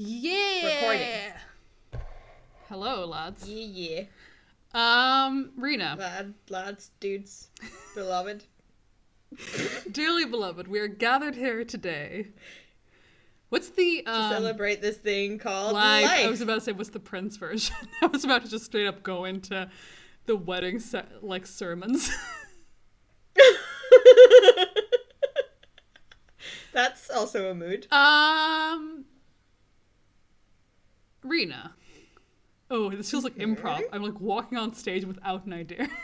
Yeah. Hello, lads. Yeah, Um, Rena, lad, lads, dudes, beloved. dearly beloved, we are gathered here today. What's the um, Celebrate this thing called live? life. I was about to say, what's the Prince version? I was about to just straight up go into the wedding se- like sermons. That's also a mood. um, Rena. Oh, this feels like improv. I'm like walking on stage without an idea.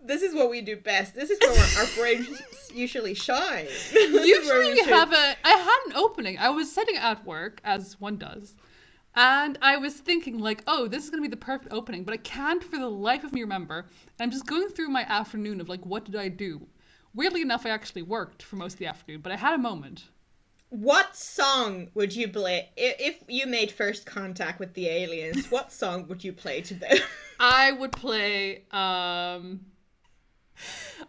This is what we do best. This is where our- our brains usually shine. This is where Usually we should- have a. I had an opening. I was sitting at work, as one does, and I was thinking like, oh, this is gonna be the perfect opening, but I can't for the life of me remember. And I'm just going through my afternoon of like, what did I do? Weirdly enough, I actually worked for most of the afternoon, but I had a moment. What song would you play i- if you made first contact with the aliens? What song would you play to them? I would play. um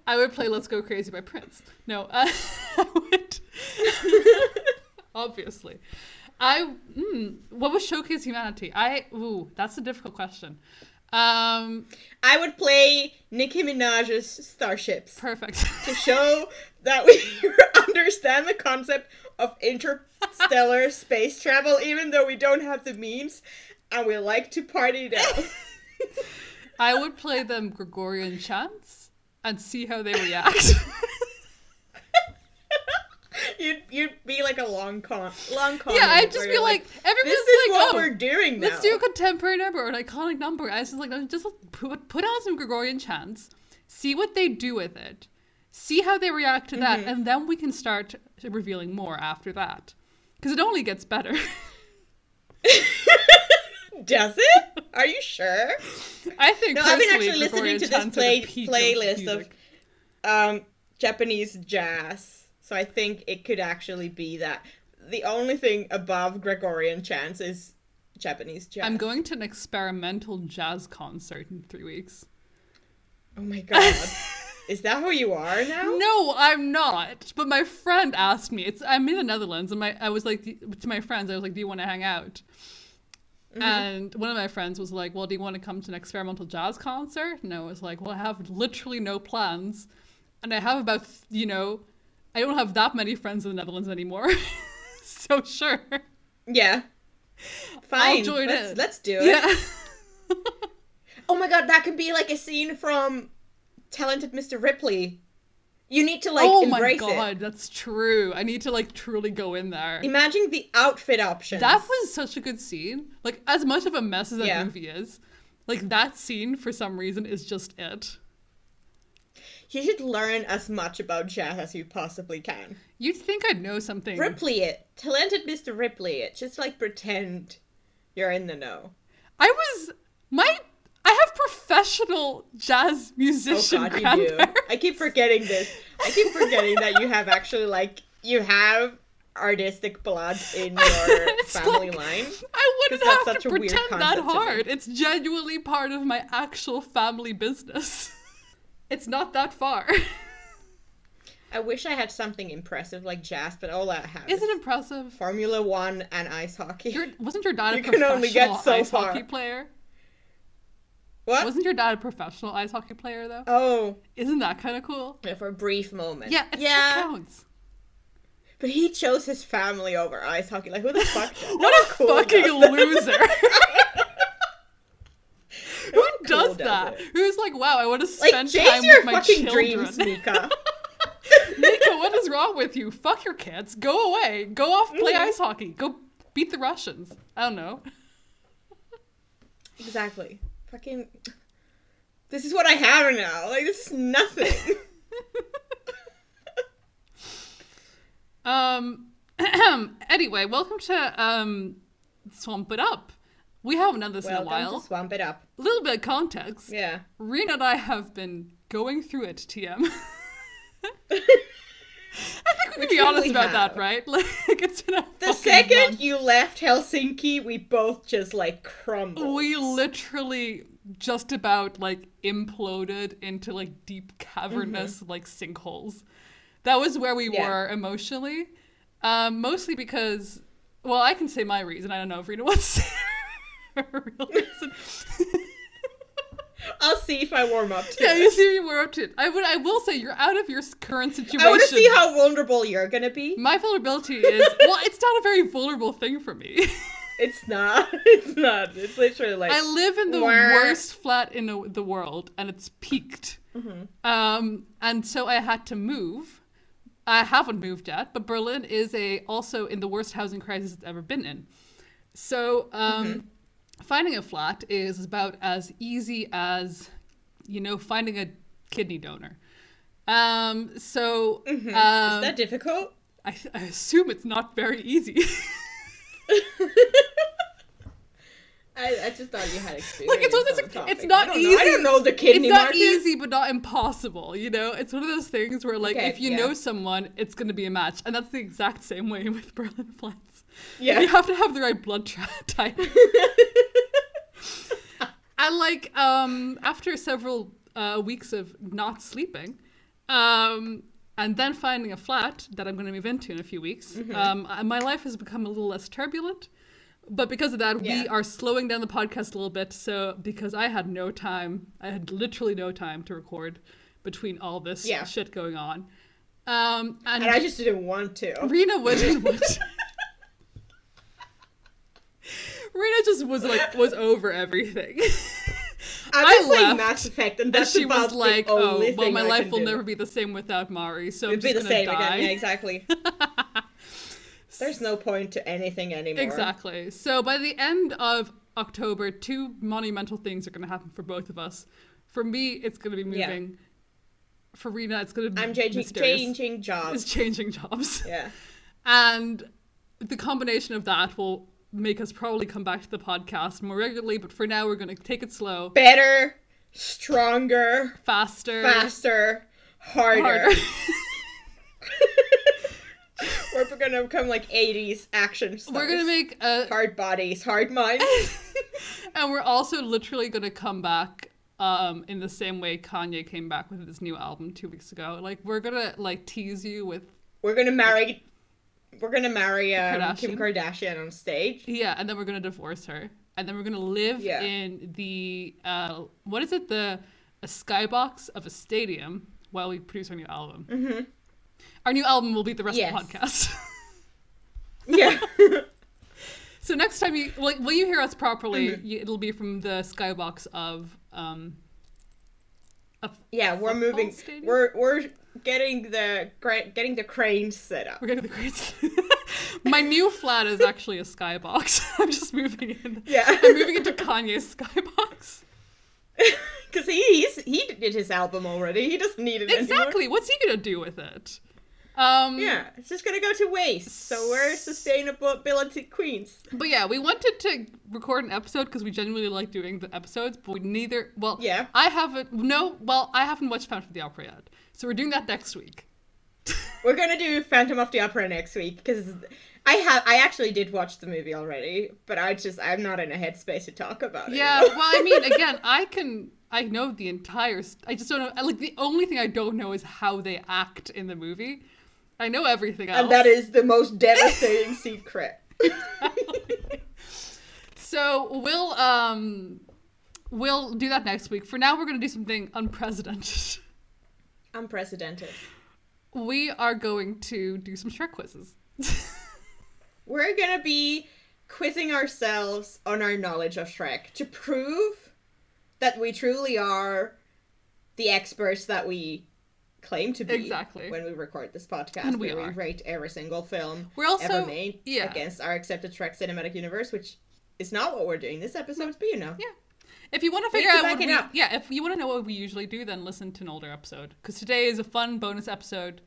I would play "Let's Go Crazy" by Prince. No, uh, I would. obviously, I. Mm, what was showcase humanity? I. Ooh, that's a difficult question. Um, I would play Nicki Minaj's Starships perfect. to show that we understand the concept of interstellar space travel, even though we don't have the means and we like to party down. I would play them Gregorian chants and see how they react. You'd you'd be like a long con, long con. yeah, I'd just be like, everyone's this like, is what oh, we're doing now. Let's do a contemporary number or an iconic number. I was just like, let's just put, put on some Gregorian chants, see what they do with it, see how they react to that, Mm-hmm. and then we can start revealing more after that. Because it only gets better. Does it? Are you sure? I think. No, I've been personally, actually listening Gregorian to this chants are the play- peak playlist of- music. Um, Japanese jazz. So I think it could actually be that. The only thing above Gregorian chants is Japanese jazz. I'm going to an experimental jazz concert in three weeks. Oh my god, is that who you are now? No, I'm not. But my friend asked me. It's I'm in the Netherlands, and my I was like to my friends. I was like, "Do you want to hang out?" Mm-hmm. And one of my friends was like, "Well, do you want to come to an experimental jazz concert?" And I was like, "Well, I have literally no plans, and I have about you know, I don't have that many friends in the Netherlands anymore, so sure, Yeah. Fine. join let's, in. let's do it. yeah." Oh my god, that could be like a scene from Talented Mr. Ripley. You need to like oh my embrace it. god, that's true. I need to like truly go in there. Imagine the outfit options. That was such a good scene. Like as much of a mess as that Yeah. movie is, like that scene for some reason is just it. you should learn as much about jazz as you possibly can. You'd think I'd know something. Ripley it. Talented Mr. Ripley it. Just like pretend you're in the know. I was my I have professional jazz Oh musician god, you do. grandparents. I keep forgetting this. I keep forgetting that you have actually like you have artistic blood in your It's family like- line. I wouldn't 'Cause that's have such to a weird pretend concept that to me. hard. It's genuinely part of my actual family business. it's not that far. I wish I had something impressive like jazz, but all I have is it impressive? Formula One and ice hockey. Your, wasn't your dad a You can professional only get so ice far. hockey player? What? Wasn't your dad a professional ice hockey player though? oh, Isn't that kind of cool? yeah, for a brief moment. Yeah, it's oh. yeah. yeah. counts. But he chose his family over ice hockey. Like, who the fuck? does- no What one a cool fucking does that. loser. No Who one cool does that? it. Who's like, wow, I want to Like, spend time chase your with my fucking children. dreams, Mika. Nico, what is wrong with you? Fuck your kids. Go away. Go off, play Mm-hmm. ice hockey. Go beat the Russians. I don't know. exactly. Fucking. This is what I have now. Like, this is nothing. Um. anyway, welcome to um, Swamp It Up. We haven't done this in a Welcome while. to swamp it up. A little bit of context. Yeah. Rena and I have been going through it, TM. I think we can be honest about that, right? Like it's been a The fucking second month. you left Helsinki, we both just like crumbled. we literally just about like imploded into like deep cavernous like sinkholes. That was where we Mm-hmm. Yeah. were emotionally, um, mostly because. Well, I can say my reason. I don't know if Rita wants her real reason. I'll see if I warm up to yeah, it. you see, we were up to it. I would. I will say you're out of your s- current situation. I want to see how vulnerable you're gonna be. my vulnerability is. Well, it's not a very vulnerable thing for me. It's not. It's not. It's literally like I live in the Wah. worst flat in the- the world, and it's peaked. Mm-hmm. Um, and so I had to move. I haven't moved yet, but Berlin is a also in the worst housing crisis it's ever been in. So um, Mm-hmm. finding a flat is about as easy as you know finding a kidney donor. Um, so um, Mm-hmm. is that difficult? I, I assume it's not very easy. I, I just thought you had experience. Like, it's one of those- on the topic. it's not I don't know. I easy. don't know the kidney it's not market. easy but not impossible you know it's one of those things where like Okay, if you yeah. know someone it's going to be a match and that's the exact same way with berlin flats Yeah. you have to have the right blood tra- type and like um after several uh, weeks of not sleeping um and then finding a flat that i'm going to move into in a few weeks Mm-hmm. um uh, my life has become a little less turbulent but because of that, we Yeah. are slowing down the podcast a little bit. So because I had no time, I had literally no time to record between all this Yeah. shit going on. Um, and, and I just didn't want to. Rena wouldn't. would- Rena just was like was over everything. I I've been left, playing Mass Effect, and and that's she about was like, the only "Oh, well, thing my I life can will do. never be the same without Mari, so I'm It'd be just the gonna same die." again. Yeah, exactly. There's no point to anything anymore. Exactly. So by the end of October, two monumental things are going to happen for both of us. For me, it's going to be Yeah. moving. For Rena, it's going to be I'm changing mysterious. changing It's jobs. changing jobs, Yeah. and the combination of that will make us probably come back to the podcast more regularly. But for now, we're going to take it slow, Better, stronger, faster, faster, harder. harder. We're gonna become like 80s action stars. we're going to make a hard bodies, hard minds. and we're also literally going to come back um, in the same way Kanye came back with his new album two weeks ago. Like we're gonna like tease you with we're gonna marry. We're gonna marry um, Kim Kardashian on stage. yeah, and then we're gonna divorce her, and then we're gonna live Yeah. in the uh, what is it the a skybox of a stadium while we produce our new album. Mm-hmm. Our new album will be the rest Yes. of the podcast. Yeah. so next time you like, will you hear us properly? Mm-hmm. You, it'll be from the skybox of um, of yeah, we're Football moving. stadium? We're we're getting the gra- getting the cranes set up. We're getting the crates. My new flat is actually a skybox. I'm just moving in. Yeah. I'm moving into Kanye's skybox. Because he he's, he did his album already. He doesn't need it anymore. Exactly. What's he gonna do with it? Um, Yeah, it's just gonna go to waste. So we're sustainability queens. But yeah, we wanted to record an episode because we genuinely like doing the episodes, but we neither. Well, Yeah. I haven't. No. Well, I haven't watched Phantom of the Opera yet, so we're doing that next week. We're gonna do Phantom of the Opera next week because I have I actually did watch the movie already, but I just I'm not in a headspace to talk about it. Yeah, anymore. well, I mean, again, I can. I know the entire. st- I just don't know. Like the only thing I don't know is how they act in the movie. I know everything else. and that is the most devastating secret. so we'll um, we'll do that next week. For now, we're gonna do something unprecedented. Unprecedented. We are going to do some Shrek quizzes. We're gonna be quizzing ourselves on our knowledge of Shrek to prove that we truly are the experts that we claim to be. Exactly. When we record this podcast, And we where are. we rate every single film We're also- ever made yeah. against our accepted Shrek cinematic universe, which is not what we're doing this episode, but you know. yeah. If you want to figure to out back what it we, up. yeah, if you want to know what we usually do, then listen to an older episode because today is a fun bonus episode.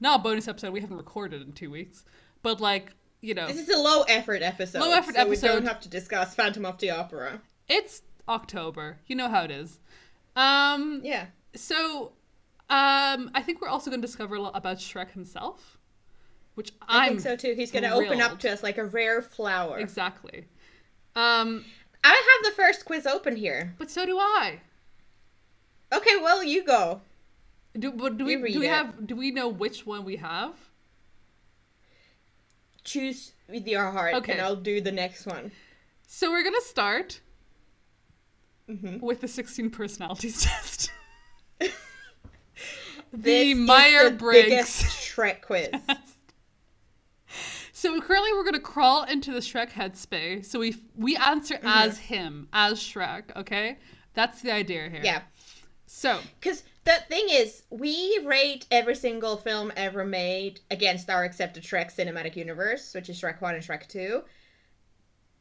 Not a bonus episode. We haven't recorded in two weeks, but like you know, This is a low effort episode. Low effort so We episode. don't have to discuss Phantom of the Opera. it's October. You know how it is. Um, Yeah. so Um, I think we're also going to discover a lot about Shrek himself, which I am think so too. He's gonna open thrilled. up to us like a rare flower. exactly. Um, I have the first quiz open here. but so do I. Okay, well you go. Do, but do we You read do we it. have do we know which one we have? Choose with your heart, Okay. and I'll do the next one. So we're gonna start Mhm. with the sixteen personalities test. This the is Meyer biggest Briggs. Shrek quiz. So currently we're gonna crawl into the Shrek headspace. So we we answer Mm-hmm. as him, as Shrek. Okay, that's the idea here. yeah, So because the thing is, we rate every single film ever made against our accepted Shrek cinematic universe, which is Shrek One and Shrek Two.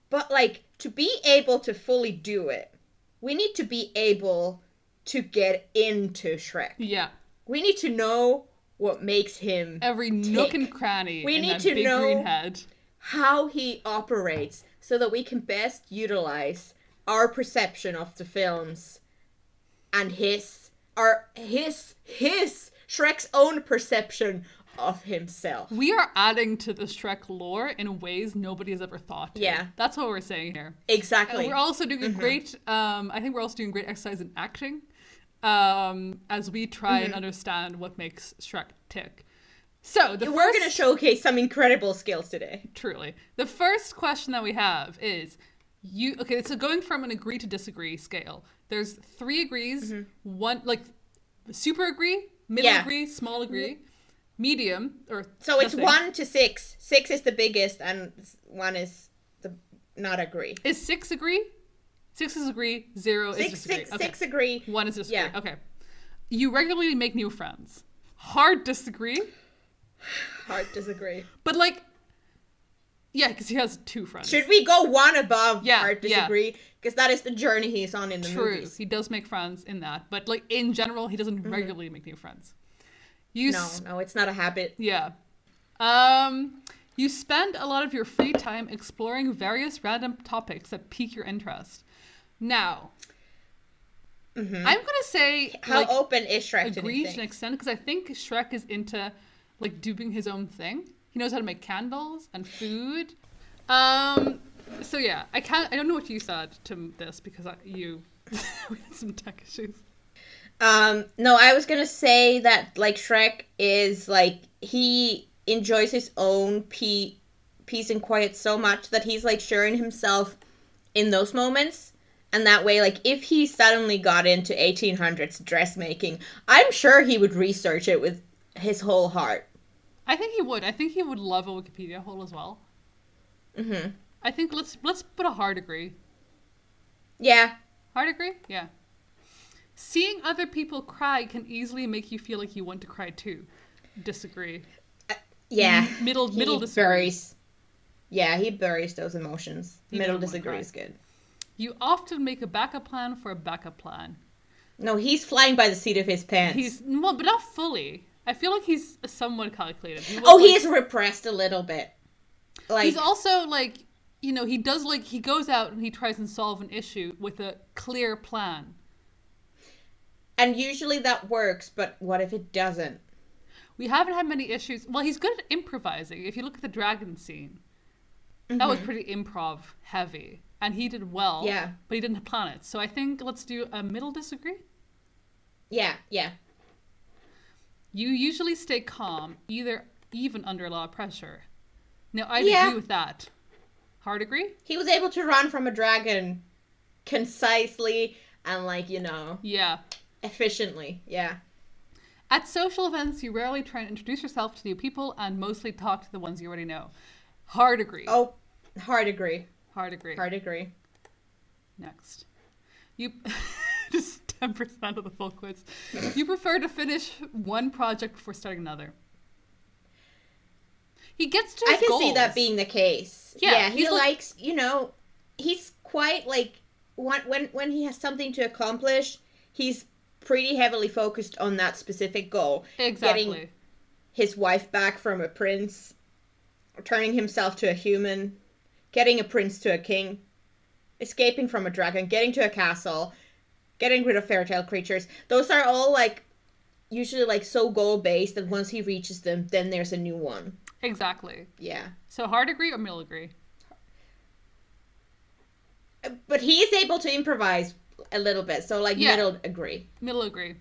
But like to be able to fully do it, we need to be able to get into Shrek. yeah, We need to know what makes him every nook Tick. and cranny. We in need that to big know- green head. how he operates so that we can best utilize our perception of the films and his our his his Shrek's own perception of himself. We are adding to the Shrek lore in ways nobody has ever thought. To. Yeah. that's what we're saying here. Exactly. Uh, We're also doing a mm-hmm. great. Um, I think we're also doing great exercise in acting, um, as we try Mm-hmm. and understand what makes Shrek tick. So the We're first, going to showcase some incredible skills today. truly the first question that we have is you okay? So going from an agree to disagree scale, there's three agrees, one like super agree, middle Mm-hmm. Yeah. Mm-hmm. agree, small agree, medium or So it's nothing. 1 to 6. 6 is the biggest and 1 is the not agree. Is six agree? Six is agree. Zero is 6 disagree. 6 okay. Hmm. 6 agree. One is disagree. Yeah. Okay. You regularly make new friends. Hard disagree, Hard disagree. but like, yeah, because he has two friends. Should we go one above Yeah, hard yeah. disagree? Because that is the journey he's on in the True, movies. he does make friends in that, but like in general, he doesn't regularly make new friends. You, Mm-hmm. No, sp- no, it's not a habit. yeah. Um, you spend a lot of your free time exploring various random topics that pique your interest. Now, I'm gonna say Mm-hmm. How like, open is Shrek to agree new to an things? extent because I think Shrek is into like doing his own thing. He knows how to make candles and food. Um, so yeah, I can't. I don't know what you said to this because I, you we had some tech issues. Um, no, I was gonna say that like Shrek is like he enjoys his own pe- peace and quiet so much that he's like sharing himself in those moments. And that way, like, if he suddenly got into 1800s dressmaking, I'm sure he would research it with his whole heart. I think he would. I think he would love a Wikipedia hole as well. hmm I think let's let's put a hard agree. Yeah, Hard agree? Yeah. Seeing other people cry can easily make you feel like you want to cry too. Disagree. yeah. Middle He middle disagree. buries. Yeah, he buries those emotions. You don't Middle wanna disagree cry. is good. You often make a backup plan for a backup plan. No, he's flying by the seat of his pants. He's well, but not fully. I feel like he's somewhat calculated. He was, oh, like- he is repressed a little bit. Like He's also like, you know, he does like he goes out and he tries and solve an issue with a clear plan. and usually that works, but what if it doesn't? We haven't had many issues. Well, he's good at improvising. If you look at the dragon scene, that was pretty improv heavy, and he did well. Mm-hmm. Yeah. but he didn't plan it. So I think let's do a middle disagree. Yeah, yeah. You usually stay calm, either even under a lot of pressure. Now I Yeah. agree with that. Hard agree? He was able to run from a dragon concisely and like, you know, Yeah. efficiently. Yeah. At social events, you rarely try and introduce yourself to new people and mostly talk to the ones you already know. Hard agree. Oh, hard agree. Hard agree. Hard agree. Next. You just 10% of the full quiz. You prefer to finish one project before starting another. He gets to I his can see that goals. being the case. Yeah, Yeah, he he's like- likes, you know, he's quite like when when when he has something to accomplish, he's pretty heavily focused on that specific goal. exactly. getting- his wife back from a prince, turning himself to a human, getting a prince to a king, escaping from a dragon, getting to a castle, getting rid of fairy tale creatures. Those are all like usually like so goal based that once he reaches them, then there's a new one. Exactly. Yeah. So hard agree or middle agree? But he is able to improvise a little bit, so like Yeah. middle agree. Middle agree.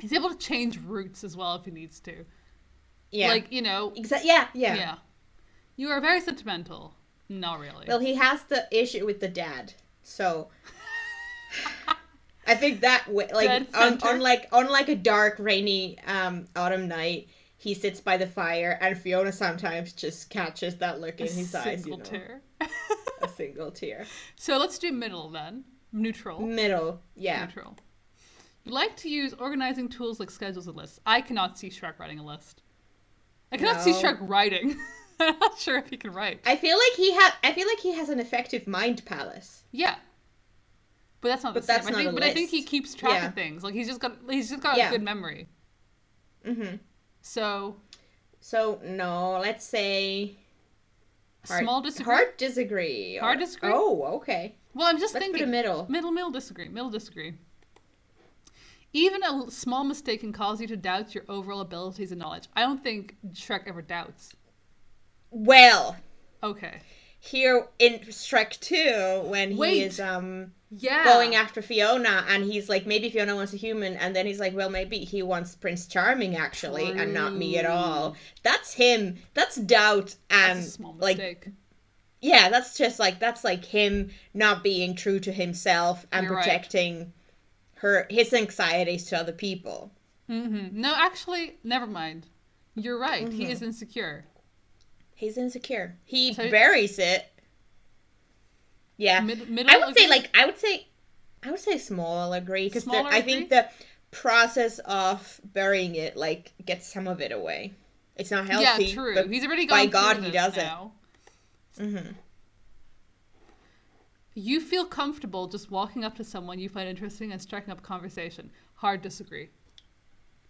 He's able to change routes as well if he needs to. Yeah. Like, you know, Exa- yeah, yeah. yeah. You are very sentimental. Not really. Well, he has the issue with the dad, so I think that way, like Dead on, center. on like on like a dark, rainy um autumn night, he sits by the fire, and Fiona sometimes just catches that look A in his eyes, you single know, tear. a single tear. so let's do middle then. Neutral. Middle, Mm, yeah. Neutral. You like to use organizing tools like schedules and lists. I cannot see Shrek writing a list. I cannot see No. Shrek writing. I'm not sure if he can write. I feel like he had. I feel like he has an effective mind palace. Yeah. But that's not But the same. that's I not think, a but I think he list. keeps track Yeah. of things. Like he's just got he's just got Yeah. a good memory. hmm So So no, let's say Hard- small disagree. hard disagree. Hard or- disagree? Oh, okay. well, I'm just Let's put a thinking middle. middle middle disagree. Middle disagree. Even a l- small mistake can cause you to doubt your overall abilities and knowledge. I don't think Shrek ever doubts. Well, Okay. here in Shrek 2 when he Wait. is um Yeah. going after Fiona and he's like maybe Fiona wants a human and then he's like well maybe he wants Prince Charming actually and not me at all. That's him. That's doubt and That's a small like mistake. yeah, that's just like that's like him not being true to himself and You're right. projecting her his anxieties to other people. hmm No, actually, never mind. You're right. Mm-hmm. He is insecure. He's insecure. He So- buries it. Yeah. Mid- middle I would say agree? like I would say I would say small agree because Smaller I think agree? the process of burying it like gets some of it away. It's not healthy. Yeah, true. but- He's already gone by through God, he this does it. now. Mhm. You feel comfortable just walking up to someone you find interesting and striking up conversation. Hard disagree.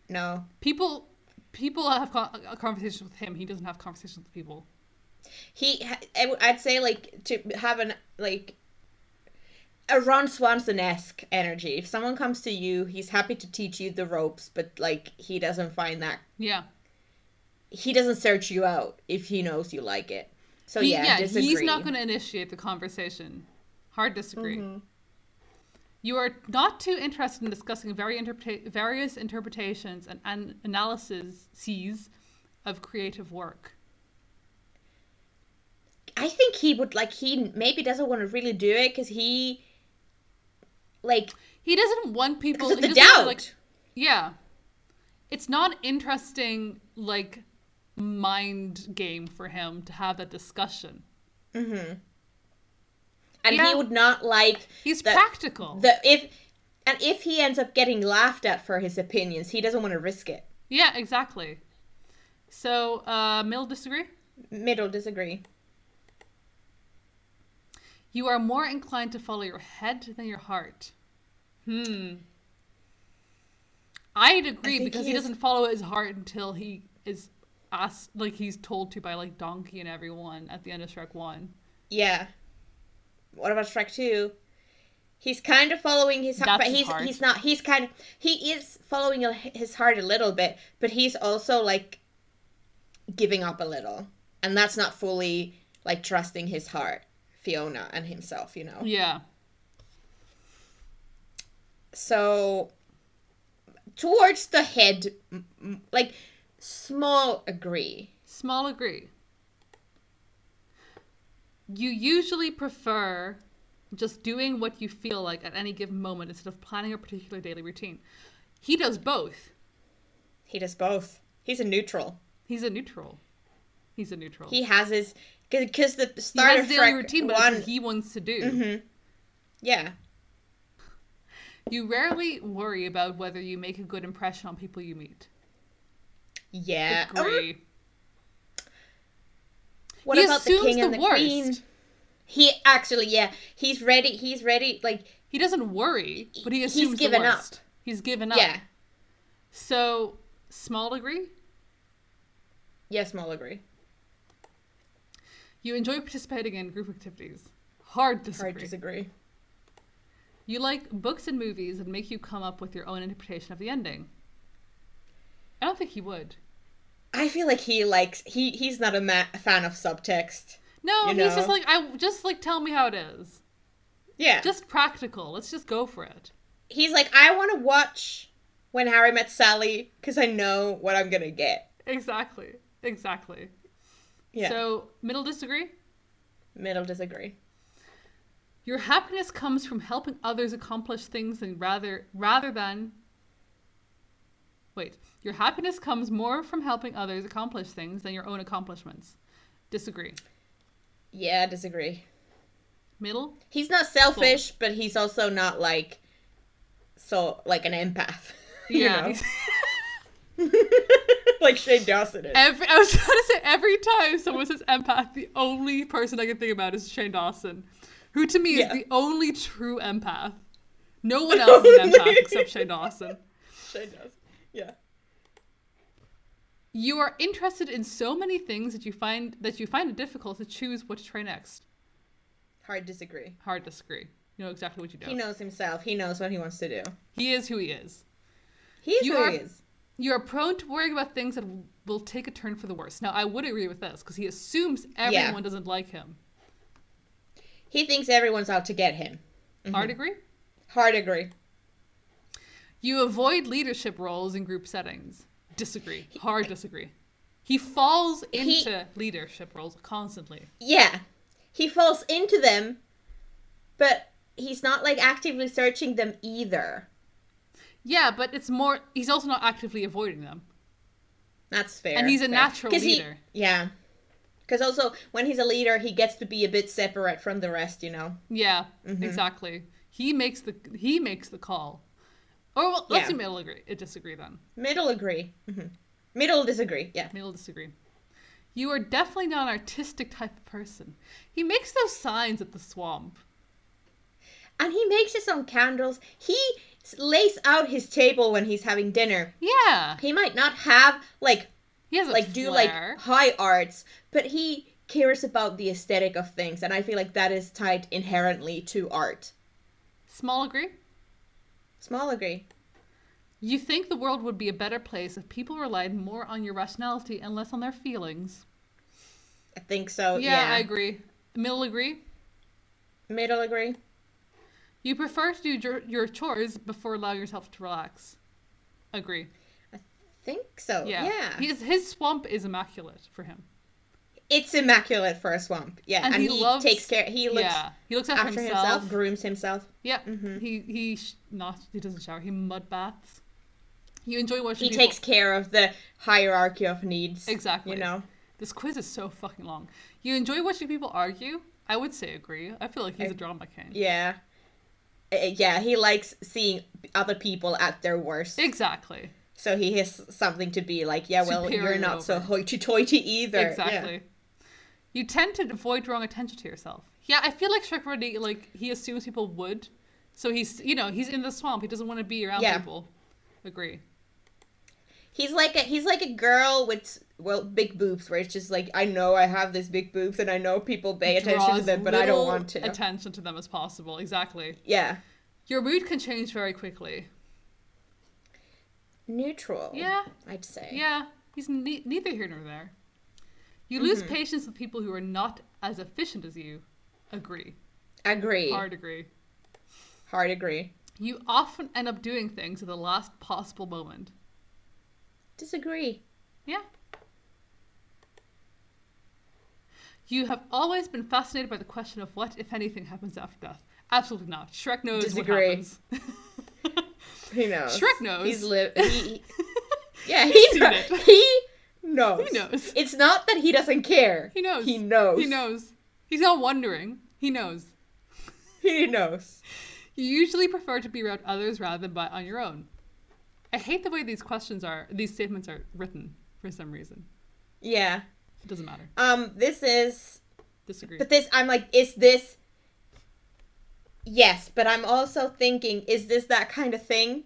No. People people have con- conversations with him. He doesn't have conversations with people. He ha- I w- I'd say like to have an like a Ron Swanson esque energy. If someone comes to you, he's happy to teach you the ropes, but like he doesn't find that Yeah. he doesn't search you out if he knows you like it. So He- Oh, yeah, disagree. Mm-hmm. he's not going to initiate the conversation. Hard disagree. You are not too interested in discussing very interpreta- various interpretations and an- analyses of creative work. I think he would like he maybe doesn't want to really do it because he like He doesn't want people. because of he the doesn't want to, like, doubt. Yeah. It's not interesting like mind game for him to have that discussion. Mm-hmm. and yeah. he would not like He's That- practical. the if and if he ends up getting laughed at for his opinions, he doesn't want to risk it. yeah, exactly. So, uh Mill disagree? Middle disagree. You are more inclined to follow your head than your heart. Hmm. I'd agree think because he he is- doesn't follow his heart until he is asked like he's told to by like Donkey and everyone at the end of Shrek 1. Yeah. What about Shrek Two? He's kind of following his heart, That's but his he's heart. he's not. He's kind of he is following a- his heart a little bit, but he's also like giving up a little, and that's not fully like trusting his heart, Fiona and himself. You know. Yeah. So towards the head, m- m- like small agree. Small agree. You usually prefer just doing what you feel like at any given moment instead of planning a particular daily routine. He does both. He does both. He's a neutral. He's a neutral. He's a neutral. He has his because the He start has of a daily Shrek routine, but it's one. Mm-hmm. what he wants to do. yeah. You rarely worry about whether you make a good impression on people you meet. Yeah. Um, Agree. what he about the assumes king the and the worst. queen? He actually, yeah, he's ready. He's ready. Like, He doesn't worry, but he He's assumes the given up. worst. He's given up. yeah, So, small degree, yeah, small agree. you enjoy participating in group activities. Hard disagree. Hard disagree. You like books and movies that make you come up with your own interpretation of the ending. I don't think he would. I feel like he likes he he's not a ma- fan of subtext. No, You he's just know. like I just like tell me how it is. Yeah. Just practical. Let's just go for it. he's like I want to watch when Harry met Sally cuz I know what I'm going to get. Exactly. Exactly. Yeah. So middle disagree. Middle disagree. Your happiness comes from helping others accomplish things and rather rather than Wait. Your happiness comes more from helping others accomplish things than your own accomplishments. Disagree. Yeah, disagree. Middle? He's not selfish, but he's also not like so like an empath. you know? like Shane Dawson is. Every, I was going to say every time someone says empath, the only person I can think about is Shane Dawson, who to me Yeah. is the only true empath. No one else is an empath Only. except Shane Dawson. Shane Dawson. Yeah. You are interested in so many things that you find that you find it difficult to choose what to try next. Hard disagree. Hard disagree. You know exactly what you do. He knows himself. He knows what he wants to do. He is who he is. He is You who are- he is. You are prone to worrying about things that will take a turn for the worse. Now, I would agree with this because he assumes everyone doesn't like him. He thinks everyone's out to get him. Hard agree? Hard agree. You avoid leadership roles in group settings. Disagree. Hard disagree. He falls He- into leadership roles constantly. Yeah. He falls into them, but he's not like actively searching them either. Yeah, but it's more, he's also not actively avoiding them. That's fair. And he's a fair. natural 'Cause he- leader. yeah. Because also, when he's a leader, he gets to be a bit separate from the rest, you know? Yeah, Mm-hmm. exactly. He makes the he makes the call. Or well, let's Yeah. do middle agree. It disagree then. Middle agree. hmm Middle disagree. Yeah. Middle disagree. You are definitely not an artistic type of person. He makes those signs at the swamp. And he makes his own candles. He s- lays out his table when he's having dinner. Yeah, He might not have, like, he has a like do like flair. high arts, but he cares about the aesthetic of things, and I feel like that is tied inherently to art. small agree. Small agree. You think the world would be a better place if people relied more on your rationality and less on their feelings. I think Yeah, so. Oh, Yeah, I agree. Middle agree. middle agree. You prefer to do your, your chores before allowing yourself to relax. Agree. Think so. Yeah. Yeah, His his swamp is immaculate for him. it's immaculate for a swamp. Yeah, And and, he he, loves- takes care. He looks yeah. He looks after, after himself. himself. Mm-hmm. grooms himself. Yeah. He he sh- not he doesn't shower. He mud baths. You enjoy watching He people. takes care of the hierarchy of needs. Exactly. You know, This quiz is so fucking long. You enjoy watching people argue? I would say agree. I feel like he's a drama king. yeah. Uh, Yeah, he likes seeing other people at their worst. Exactly. So he has something to be like, yeah, well, Superior you're not so over. hoity toity either. Yeah. Exactly. You tend to avoid drawing attention to yourself. Yeah, I feel like Shrek already like he assumes people would, so he's you know he's in the swamp. He doesn't want to be around Yeah. people. Agree. He's like a he's like a girl with well big boobs where it's just like I know I have this big boobs and I know people pay attention to Draws them but I don't little want to. Attention to them as possible. Exactly. yeah. Your mood can change very quickly. Neutral. Yeah. I'd say. Yeah, he's ne- neither here nor there. You lose Mm-hmm. patience with people who are not as efficient as you. Agree. Agree. Hard. Hard agree. agree. You often end up doing things at the last possible moment. Disagree. Yeah. You have always been fascinated by the question of what, if anything, happens after death. Absolutely not. Shrek knows Disagree. what happens. He knows. Shrek knows. He's li- he, he- Yeah, He's he seen knows. it. He knows. He knows. It's not that he doesn't care. he knows. He knows. He knows. He's not wondering. He knows. He knows. You usually prefer to be around others rather than by on your own. I hate the way these questions are, these statements are written for some reason. Yeah. It doesn't matter. Um this is Disagree. But this, I'm like, is this? Yes, but I'm also thinking, is this that kind of thing?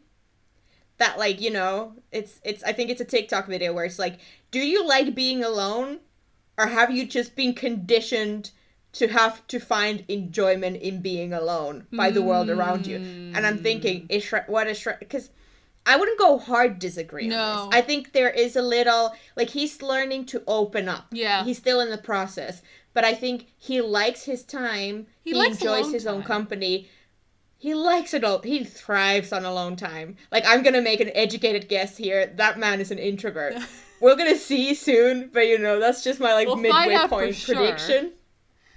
That like you know, it's it's. I think it's a TikTok video where it's like, do you like being alone, or have you just been conditioned to have to find enjoyment in being alone by the world around you? And I'm thinking, is Shrek, what is Shrek? Because I wouldn't go hard disagree. No. On this. I think there is a little like he's learning to open up. Yeah. He's still in the process, but I think he likes his time. He likes enjoys alone his own time. company. He likes it all. He thrives on alone time. Like I'm gonna make an educated guess here. That man is an introvert. We're gonna see soon, but you know that's just my like We'll find midway out for point sure. prediction.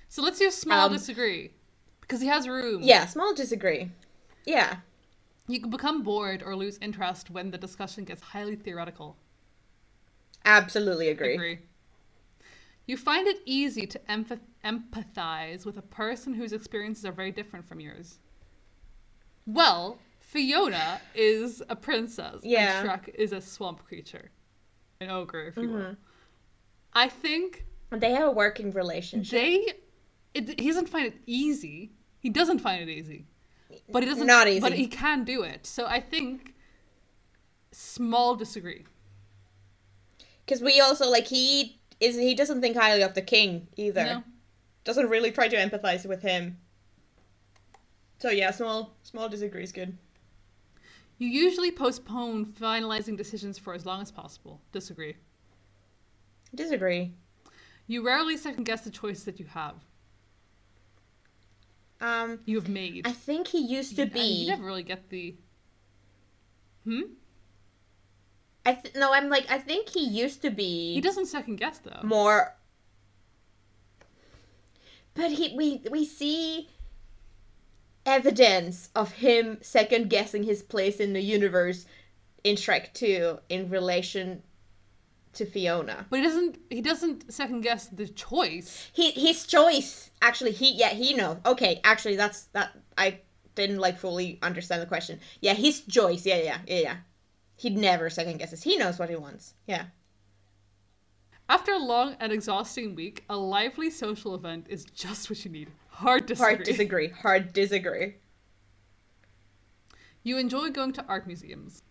So let's do small Um, disagree. Because he has room. Yeah, small disagree. Yeah. You can become bored or lose interest when the discussion gets highly theoretical. Absolutely agree. Agree. You find it easy to empath- empathize with a person whose experiences are very different from yours. Well, Fiona is a princess, Yeah. and Shrek is a swamp creature, an ogre, if you Mm-hmm. will. I think And They have a working relationship. they. It, he doesn't find it easy. He doesn't find it easy, but he doesn't. Not But easy. he can do it. So I think. Small disagree. Because we also like he is he doesn't think highly of the king either. No. Doesn't really try to empathize with him. So yeah, small small disagrees good. You usually postpone finalizing decisions for as long as possible. Disagree. Disagree. You rarely second guess the choices that you have. Um, You have made. I think he used to And You be. never really get the. Hmm. I th- no, I'm like I think he used to He be doesn't second guess though. more. But he we we see evidence of him second guessing his place in the universe in Shrek Two in relation to Fiona. But he doesn't. He doesn't second guess the choice. He his choice actually he yeah he knows okay actually that's that I didn't like fully understand the question yeah his choice yeah yeah yeah yeah he never second guesses he knows what he wants yeah After a long and exhausting week, a lively social event is just what you need. Hard disagree. hard disagree hard disagree You enjoy going to art museums.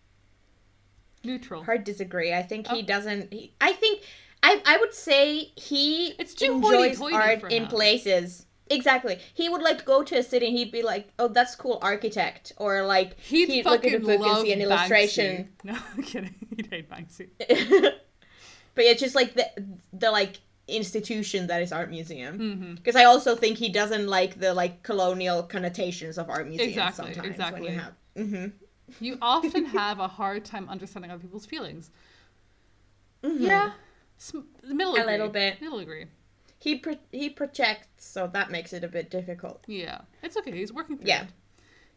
Neutral. hard disagree I think he Oh. doesn't he, I think I I would say he It's too enjoys hoity-toity art for in him. places exactly he would like go to a city and he'd be like oh that's cool architect or like He'd, look fucking at a book love and see an Banksy. illustration No, I'm kidding. He'd hate Banksy. but it's just like the the like institution that is art museum Mm-hmm. because i also think he doesn't like the like colonial connotations of art museums Exactly, sometimes exactly. when you have hmm You often have a hard time understanding other people's feelings. mm-hmm. Yeah. Sm- middle A agree. little bit. Middle agree. he pro- he projects so that makes it a bit difficult Yeah. It's okay. He's working through Yeah. it.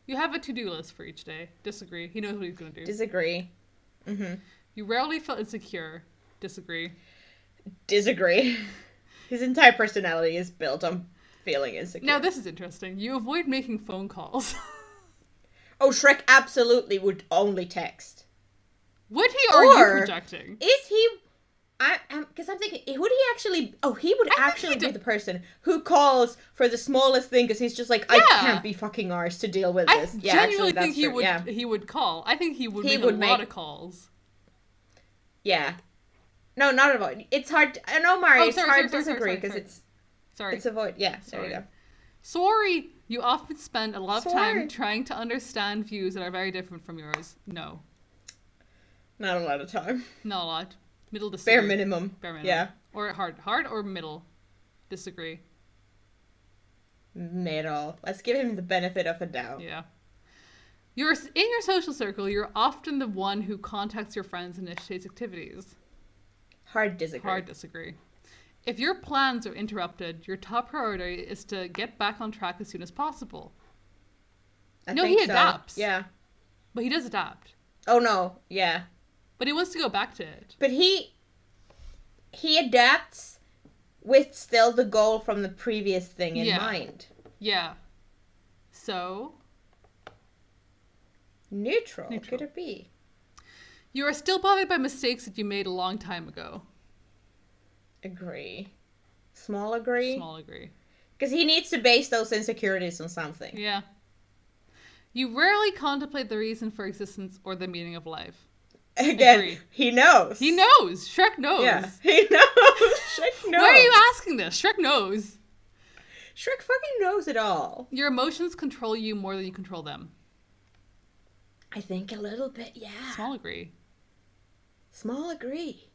You have a to do list for each day. Disagree. He knows what he's going to do. disagree hmm you rarely feel insecure. Disagree. disagree his entire personality is built on feeling insecure Now, this is interesting. You avoid making phone calls. oh shrek absolutely would only text Would he or, are Or- you projecting? Is he? I am because I'm thinking, would he actually? Oh, he would he actually be do- the person who calls for the smallest thing because he's just like, I Yeah. can't be fucking arsed to deal with I this. yeah, genuinely actually, that's think he true. would Yeah, he would call. I think he would He make a would lot make- of calls. yeah. No, not at all. It's hard. To, I know, Mari. Oh, it's sorry, hard to sorry, sorry, disagree sorry, because sorry. it's Sorry. it's a void. Yeah, Sorry. there Sorry, you often spend a lot of Sorry. time trying to understand views that are very different from yours. No, we go. Not a lot of time. not a lot. Middle disagree. Bare minimum. Bare minimum. Yeah, Or hard, hard or middle. Disagree. middle. Let's give him the benefit of a doubt. Yeah. You're in your social circle. You're often the one who contacts your friends and initiates activities. Hard disagree. Hard disagree. If your plans are interrupted, your top priority is to get back on track as soon as possible. I No, think he so. adapts. Yeah. But he does adapt. Oh no. Yeah. But he wants to go back to it. But he he adapts with still the goal from the previous thing in Yeah. mind. Yeah. So Neutral, Neutral. could it be? You are still bothered by mistakes that you made a long time ago. Agree. Small agree. Small agree. Because he needs to base those insecurities on something. Yeah. You rarely contemplate the reason for existence or the meaning of life. Again, Agree. he knows. He knows. Shrek knows. Yeah, he knows. Shrek knows. Why are you asking this? Shrek knows. Shrek fucking knows it all. Your emotions control you more than you control them. I think a little bit, yeah. Small agree. Small agree.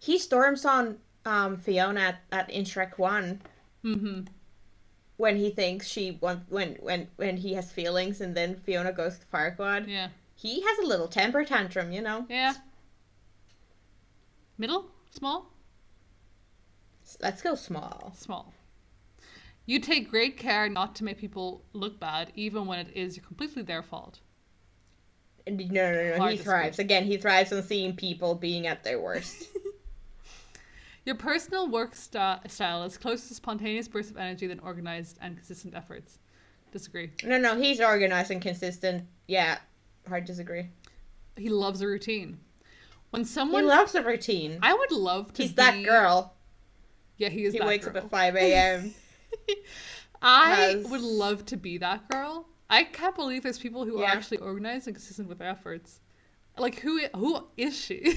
He storms on um, Fiona at, at in Shrek One Mm-hmm. when he thinks she want when when when he has feelings, and then Fiona goes to Farquaad. Yeah. He has a little temper tantrum, you know. Yeah. Middle? Small? S- Let's go small. Small. You take great care not to make people look bad, even when it is completely their fault. And No, no, no. Hard He to thrives again. He thrives on seeing people being at their worst. Your personal work sta style is closer to spontaneous bursts of energy than organized and consistent efforts. Disagree. no, no. He's organized and consistent. Yeah, hard disagree. He loves a routine. When He someone, loves a routine. I would love to. He's be- that girl. Yeah, he is. He that wakes girl. up at five a.m. I has- would love to be that girl. I can't believe there's people who Yeah. are actually organized and consistent with their efforts. Like who? i- Who is she?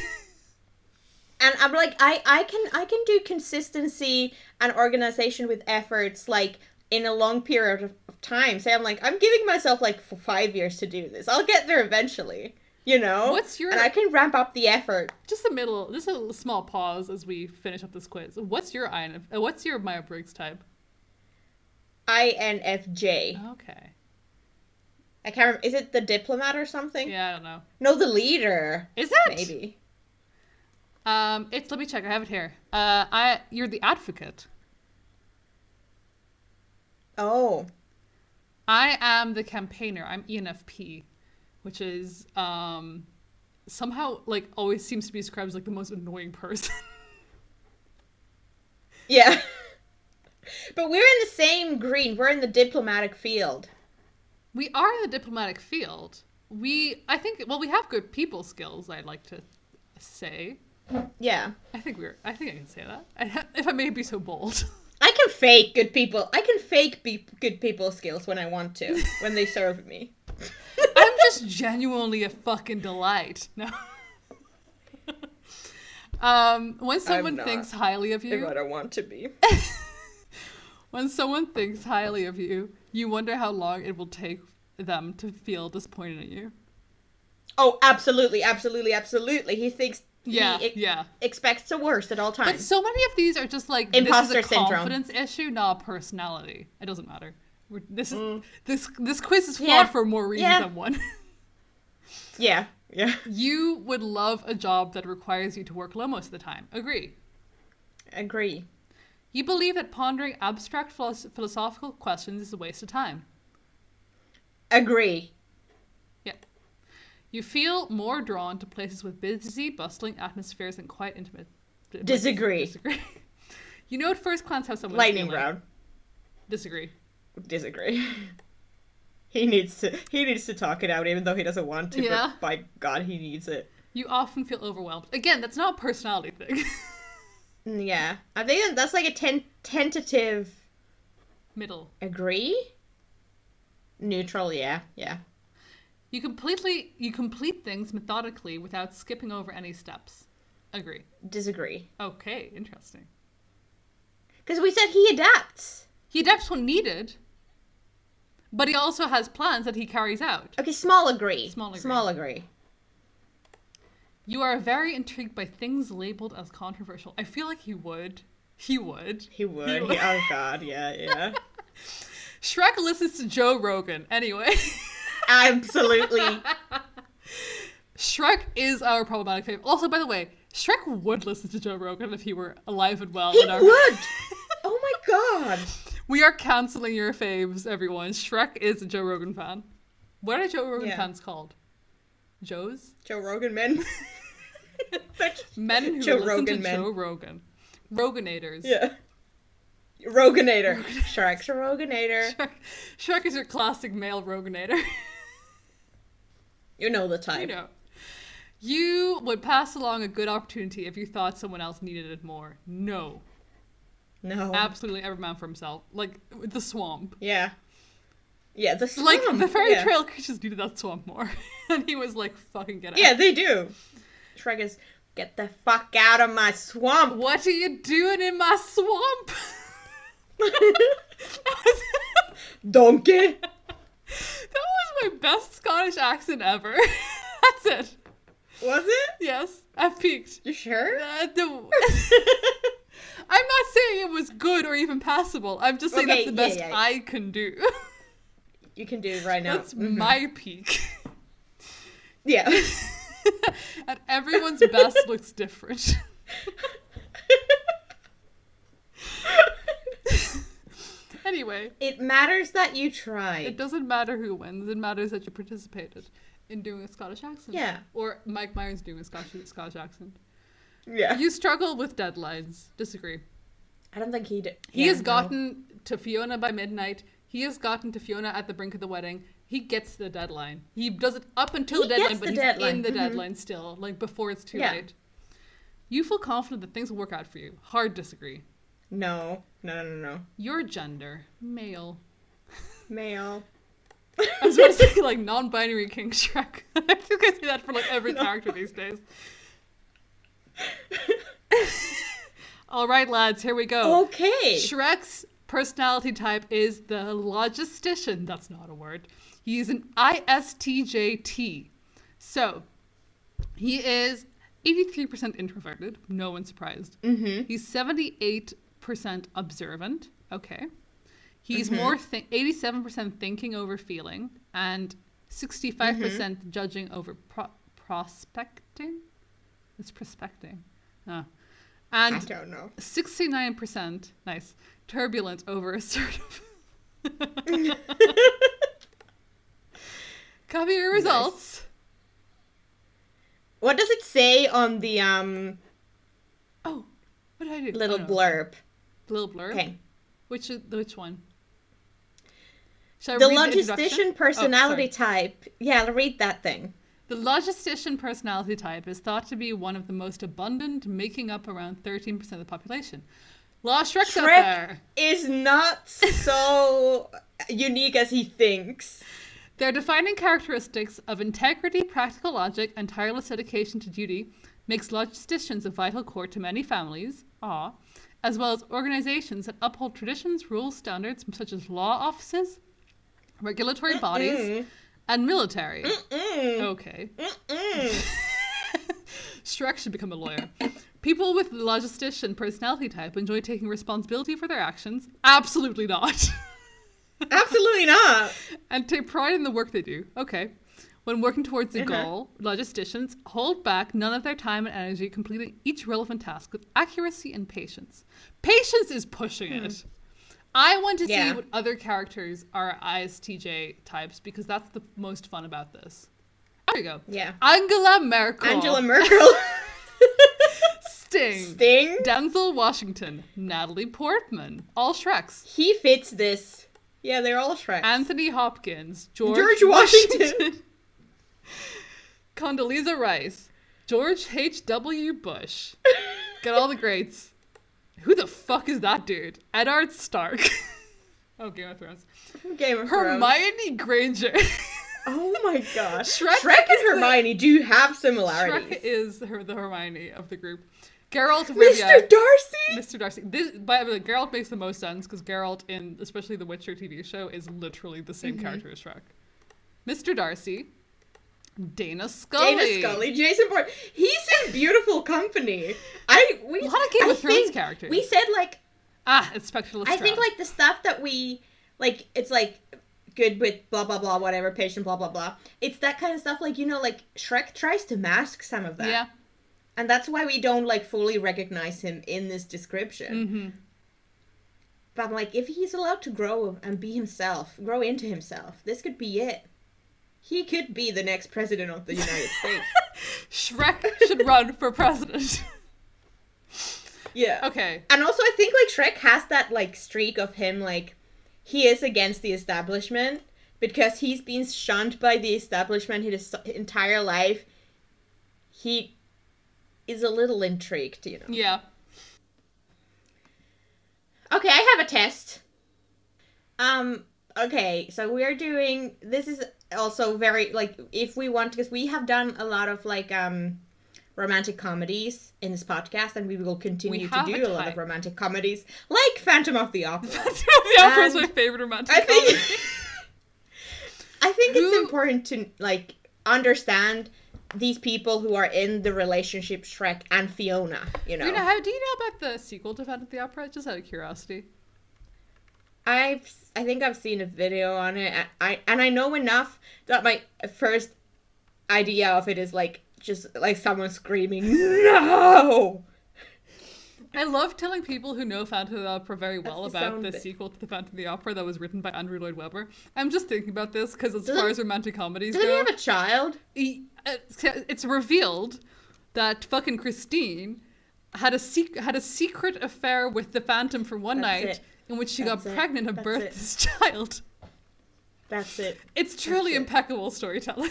and i'm like i i can i can do consistency and organization with efforts like in a long period of, of time say i'm like i'm giving myself like f five years to do this i'll get there eventually you know What's your- Oh, and i can ramp up the effort just a middle, just a little small pause as we finish up this quiz. What's your IN? uh, What's your Maya Briggs type? infj Okay. i can't remember is it the diplomat or something Yeah, I don't know. no the leader Is that maybe Um, it's let me check. I have it here. Uh, I you're the advocate. oh I am the campaigner. I'm E ENFP, which is um, somehow like always seems to be described as like the most annoying person. yeah but we're in the same green we're in the diplomatic field we are in the diplomatic field. We I think well we have good people skills. I'd like to say. yeah I think we're. I think I can say that. I, if I may be so bold. I can fake good people. I can fake be- good people skills when I want to, when they serve me. I'm just genuinely a fucking delight. No. um, when someone not. thinks highly of If you, I don't want to be. when someone thinks highly of you, you wonder how long it will take them to feel disappointed in you. Oh, absolutely, absolutely, absolutely. He thinks Yeah, he ex- yeah. expects the worst at all But times. so many of these are just like Imposter this is a syndrome. confidence issue, not a personality. It doesn't matter. We're, this is this this quiz is flawed Mm. Yeah, for more reasons yeah. than one. yeah, yeah. you would love a job that requires you to work low most of the time. Agree. Agree. You believe that pondering abstract philos- philosophical questions is a waste of time. Agree. Yep. You feel more drawn to places with busy, bustling atmospheres and quiet, intimate. Disagree. Disagree. You know at first glance how someone. Lightning round. Disagree. Disagree. He needs to. He needs to talk it out, even though he doesn't want to. Yeah. But by God, he needs it. You often feel overwhelmed. Again, that's not a personality thing. Mm, Yeah, I think that- that's like a ten- tentative Middle. agree. Neutral. Yeah, yeah. You completely you complete things methodically without skipping over any steps. Agree. Disagree. Okay, interesting. Because we said he adapts. He adapts when needed, but he also has plans that he carries out. Okay, small agree. Small agree. Small agree. You are very intrigued by things labeled as controversial. I feel like he would. He would. He would. would. he- oh God, yeah, yeah. Shrek listens to Joe Rogan. Anyway, Absolutely. Shrek is our problematic favorite. Also, by the way, Shrek would listen to Joe Rogan if he were alive and well. He and our- would. Oh my God. We are canceling your faves, everyone. Shrek is a Joe Rogan fan. What are Joe Rogan Yeah. fans called? Joes? Joe Rogan men. Men who Joe listen to Rogan men. Joe Rogan. Roganators. yeah. Roganator. Shark. Roganator. Shrek, Shrek is your classic male Roganator. You know the you type. know. You would pass along a good opportunity if you thought someone else needed it more. No. No. Absolutely every man for himself. Like the swamp. yeah. Yeah. The slum. Like the fairy yeah. trail creatures needed that swamp more. and he was like, fucking get out. Yeah, they do. Shrek is get the fuck out of my swamp. What are you doing in my swamp? that Donkey. was my best Scottish accent ever. That's it. Was it? Yes, I've peaked. You sure? Uh, no. I'm not saying it was good or even passable. I'm just saying Okay, that's the yeah, best yeah. I can do. You can do it right now. Mm-hmm. that's my peak. yeah. and everyone's best looks different. anyway, it matters that you try. it doesn't matter who wins. It matters that you participated in doing a Scottish accent. Yeah. Or Mike Myers doing a Scottish Scottish accent. Yeah. You struggle with deadlines. Disagree. I don't think he did. He yeah, has no. gotten to Fiona by midnight. He has gotten to Fiona at the brink of the wedding. He gets the deadline. He does it up until He the deadline, gets but the he's in deadline, the mhm. deadline still, like before it's too Yeah. late. You feel confident that things will work out for you. Hard disagree. No. No, no, no, no. Your gender, male. Male. I was going to say like non-binary king Shrek. I think I say that for like every character these days. All right, lads, here we go. Oh, Okay. Shrek's personality type is the logistician. That's not a word. He's an ISTJT. So he is 83% introverted. No one's surprised. Mm-hmm. He's 78% observant. Okay. He's more thi- 87% thinking over feeling and 65% percent judging over pro- prospecting. It's prospecting. Ah. I And don't know. 69% nice turbulent over assertive copy your results What does it say on the um oh what did i do little Oh, no. blurb? little blur Okay. which is which one Shall I The read introduction? logistician Oh, personality sorry. type. Yeah, I'll read that thing. The logistician personality type is thought to be one of the most abundant, making up around 13% of the population. Law Shrek's out Shrek there. Is not so unique as he thinks. Their defining characteristics of integrity, practical logic, and tireless dedication to duty makes logisticians a vital core to many families, aw, as well as organizations that uphold traditions, rules, standards such as law offices, regulatory bodies, and military. Okay. Shrek should become a lawyer. People with the logistician personality type enjoy taking responsibility for their actions. Absolutely not. Absolutely not. and take pride in the work they do. Okay. When working towards a goal, logisticians hold back none of their time and energy, completing each relevant task with accuracy and patience. Patience is pushing it. I want to Hmm. Yeah. see what other characters are ISTJ types because that's the most fun about this. There we go. Yeah. Angela Merkel. Angela Merkel. Sting. Sting. Denzel Washington. Natalie Portman. All Shreks. He fits this. Yeah, they're all Shrek. Anthony Hopkins, George, George Washington. Condoleezza Rice, George H.W. Bush. Got all the greats. Who the fuck is that dude? Eddard Stark. oh, Game of Thrones. Game of Thrones. Hermione Granger. Oh my gosh. Shrek Shrek, is and the- Hermione do have Shrek similarities. is her, the Hermione of the group. Geralt of Rivia. Mr. Darcy? Mr. Darcy. This, by the way, Geralt makes the most sense because Geralt in especially the Witcher TV show is literally the Mm-hmm. same character as Shrek. Mr. Darcy, Dana Scully. Dana Scully, Jason Bourne. He's in beautiful company. I we A lot of Game I of Thrones think characters. We said like Ah, it's Spectral I think like the stuff that we like it's like good with blah blah blah whatever patient blah blah blah. It's that kind of stuff like you know like Shrek tries to mask some of that. yeah, And that's why we don't like fully recognize him in this description. hmm But I'm like, if he's allowed to grow and be himself, grow into himself, this could be it. He could be the next president of the United States. Shrek should run for president. Yeah. okay, And also, I think like Shrek has that like streak of him like he is against the establishment because he's been shunned by the establishment his entire life. He is a little intrigued, you know. yeah, Okay, I have a test. Um, okay, so we are doing this is also very like if we want because we have done a lot of like um romantic comedies in this podcast and we will continue to have do a a, lot type. of romantic comedies like Phantom of the Opera. the opera is my And favorite romantic. I think comedy. I think it's Who- important to like understand these people who are in the relationship Shrek and Fiona. You know, Rita, how do you know about the sequel to Phantom of the Opera? Just out of curiosity. I've I think I've seen a video on it. and I and I know enough that my first idea of it is like just like someone screaming no. I love telling people who know Phantom of the Opera very well That's the about sound the bit. sequel to the Phantom of the Opera that was written by Andrew Lloyd Webber. I'm just thinking about this because as Does far it- as romantic comedies Does he go, have a child? he- it's it's revealed that fucking Christine had a sec- had a secret affair with the Phantom for one That's night it. in which she That's got it. pregnant and That's birthed it. this child. That's it. It's truly it. impeccable storytelling.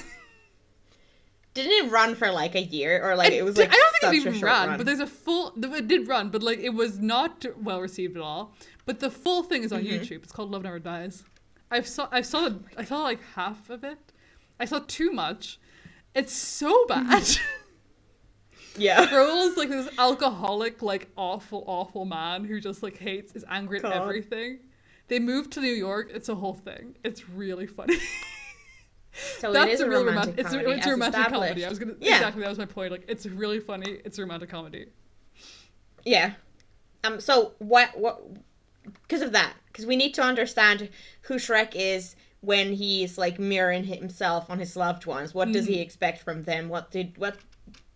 Didn't it run for like a year or like it was di- like I don't think such it a even short ran, run. but there's a full. th- It did run, but like it was not well received at all. But the full thing is on Mm-hmm. YouTube. It's called Love Never Dies. I've saw I saw I saw like half of it. I saw too much. It's so bad. Mm-hmm. yeah. Raoul is like this alcoholic, like awful, awful man who just like hates, is angry at God. everything. They move to New York. It's a whole thing. It's really funny. So That's Oh, it is a a real romantic. romantic, It's a, comedy. it's a as romantic comedy. established. I was gonna Yeah. exactly that was my point. Like it's really funny. It's a romantic comedy. Yeah. Um. So what? What? Because of that, because we need to understand who Shrek is when he's like mirroring himself on his loved ones. What does Mm-hmm. he expect from them? What did what?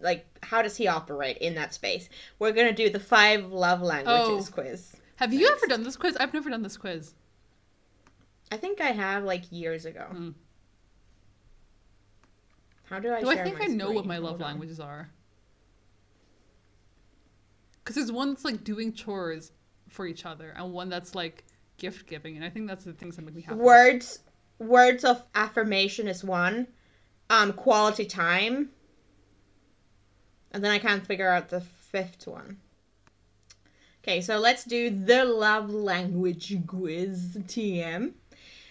Like, how does he operate in that space? We're gonna do the five love languages Oh. quiz. Have you ever done this quiz? I've never done this quiz. I think I have like years ago. Mm. How do I? Do I share think my I know what screen? my love Hold on. languages are? Because there's one that's like doing chores for each other, and one that's like gift giving, and I think that's the things that make me happy. Words, words of affirmation is one. Um, quality time. And then I can't figure out the fifth one. Okay, so let's do the love language quiz TM.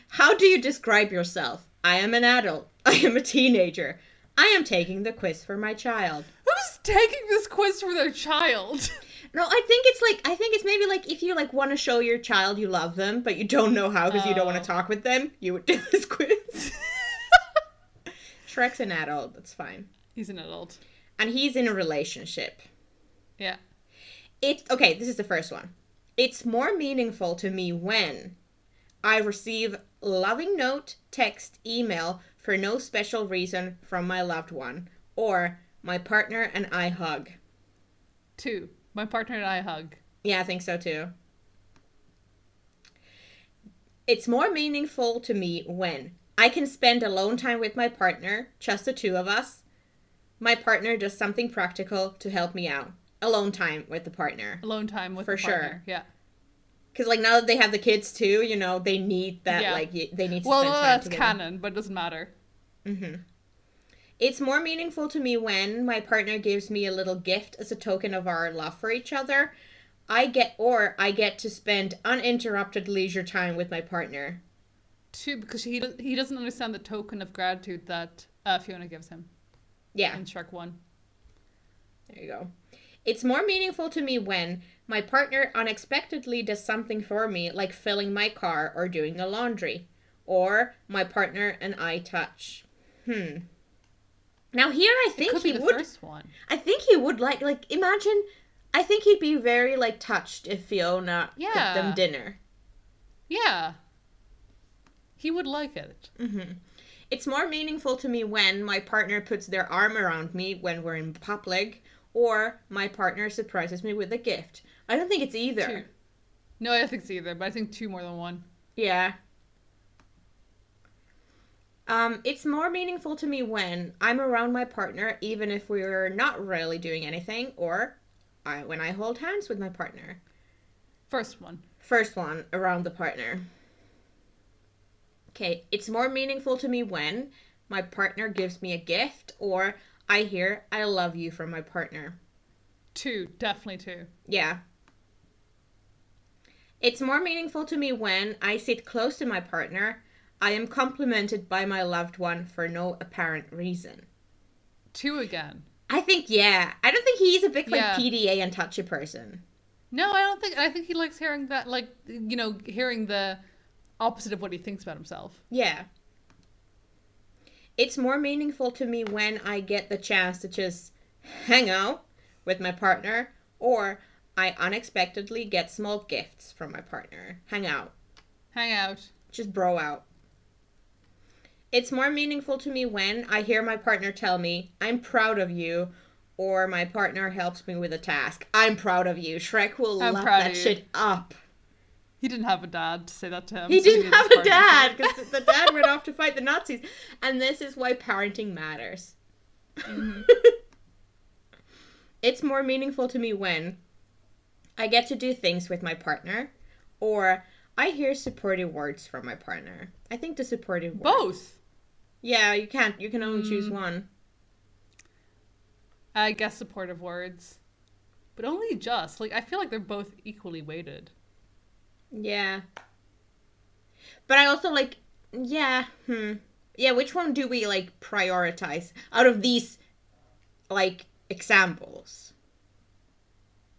How do you describe yourself? I am an adult. I am a teenager. I am taking the quiz for my child. Who's taking this quiz for their child? No, I think it's like I think it's maybe like if you like want to show your child you love them, but you don't know how because you don't want Oh. to talk with them, you would do this quiz. Shrek's an adult, that's fine. He's an adult. And he's in a relationship. Yeah. It's okay, this is the first one. It's more meaningful to me when I receive loving note, text, email for no special reason from my loved one, or my partner and I hug. Two. My partner and I hug. Yeah, I think so too. It's more meaningful to me when I can spend alone time with my partner, just the two of us. My partner does something practical to help me out. Alone time with the partner. Alone time with For the partner. sure. Yeah. Because, like, now that they have the kids too, you know, they need that, Yeah. like, y- they need to Well, spend no, time that's together. canon, but it doesn't matter. It's more meaningful to me when my partner gives me a little gift as a token of our love for each other. I get, or I get to spend uninterrupted leisure time with my partner. Two, because he does, he doesn't understand the token of gratitude that uh, Fiona gives him Yeah. in Shrek One. There you go. It's more meaningful to me when my partner unexpectedly does something for me, like filling my car or doing the laundry, or my partner and I touch. Hmm. Now here, I think Could be he the would. first one. I think he would like like imagine. I think he'd be very like touched if Fiona cooked Yeah. them dinner. Yeah. He would like it. It's more meaningful to me when my partner puts their arm around me when we're in public, or my partner surprises me with a gift. I don't think it's either. Two. No, I don't think so either, but I think two more than one. Yeah. Um, it's more meaningful to me when I'm around my partner, even if we're not really doing anything, or I, when I hold hands with my partner. First one. First one, around the partner. Okay, it's more meaningful to me when my partner gives me a gift, or I hear I love you from my partner. Two. Definitely two. Yeah. It's more meaningful to me when I sit close to my partner. I am complimented by my loved one for no apparent reason. Two again. I think yeah. I don't think he's a big like Yeah. PDA and touchy person. No, I don't think. I think he likes hearing that, like, you know, hearing the opposite of what he thinks about himself. Yeah. it's more meaningful to me when I get the chance to just hang out with my partner or I unexpectedly get small gifts from my partner. Hang out. Hang out. Just bro out. It's more meaningful to me when I hear my partner tell me, I'm proud of you, or my partner helps me with a task. I'm proud of you. Shrek will I'm love proud of that you. shit up. He didn't have a dad to say that to him. He so didn't needed have his a partner. dad because the dad went off to fight the Nazis. And this is why parenting matters. Mm-hmm. it's more meaningful to me when I get to do things with my partner or I hear supportive words from my partner. I think the supportive words. Both. Yeah, you can't. You can only choose one. I guess supportive words. But only just. Like I feel like they're both equally weighted. Yeah. But I also like, yeah, hmm. Yeah, which one do we like prioritize out of these like examples?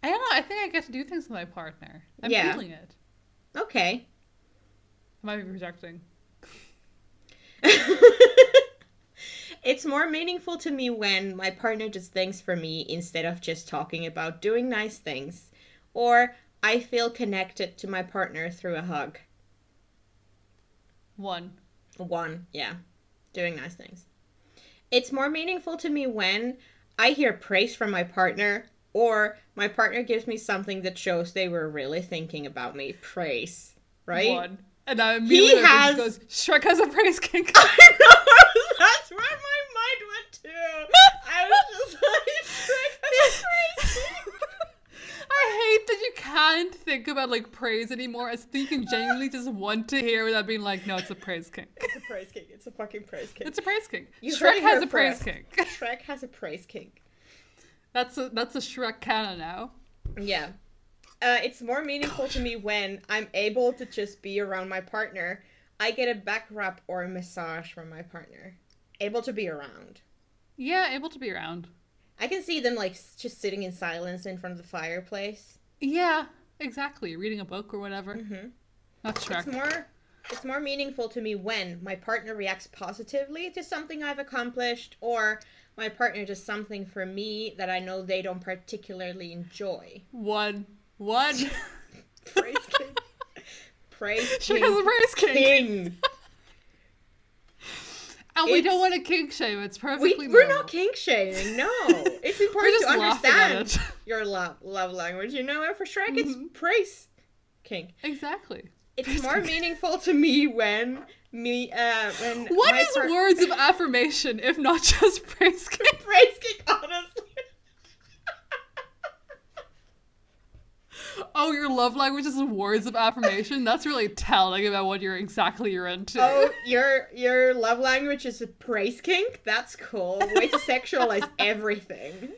I don't know, I think I get to do things with my partner. I'm Yeah. feeling it. Okay. I might be projecting. it's more meaningful to me when my partner does things for me instead of just talking about doing nice things. Or I feel connected to my partner through a hug. One. One, yeah. Doing nice things. It's more meaningful to me when I hear praise from my partner or my partner gives me something that shows they were really thinking about me. Praise, right? One. And I immediately has- Oh has... goes, Shrek has a praise king. I know, that's where my mind went to. I was just like, Shrek has a praise king. I hate that you can't think about like praise anymore. I think you genuinely just want to hear without being like, no, it's a praise king. It's a praise king. It's a fucking praise king. It's a praise king. You heard Shrek it has a here praise first. king. Shrek has a praise king. That's a that's a Shrek canon now. Yeah. Uh, it's more meaningful to me when I'm able to just be around my partner. I get a back rub or a massage from my partner. Able to be around. Yeah, able to be around. I can see them like s- just sitting in silence in front of the fireplace. Yeah, exactly. Reading a book or whatever. Mhm. Not It's Shrek. more it's more meaningful to me when my partner reacts positively to something I've accomplished or my partner does something for me that I know they don't particularly enjoy. One. One. Praise King. Praise Shrek has a King. praise king. King. And we don't It's- want to kink shame. It's perfectly We, we're normal. not kink shaming. No, it's We're important just to laughing at understand it. your love love language. You know, and for Shrek, it's praise kink. Exactly. It's Praise more kink. meaningful to me when me uh when What my is par- words of affirmation if not just praise king? praise kink? Honestly, Oh, your love language is words of affirmation. That's really telling about what you're exactly you're into. oh, your your love language is a praise kink. That's cool. Way to sexualize everything.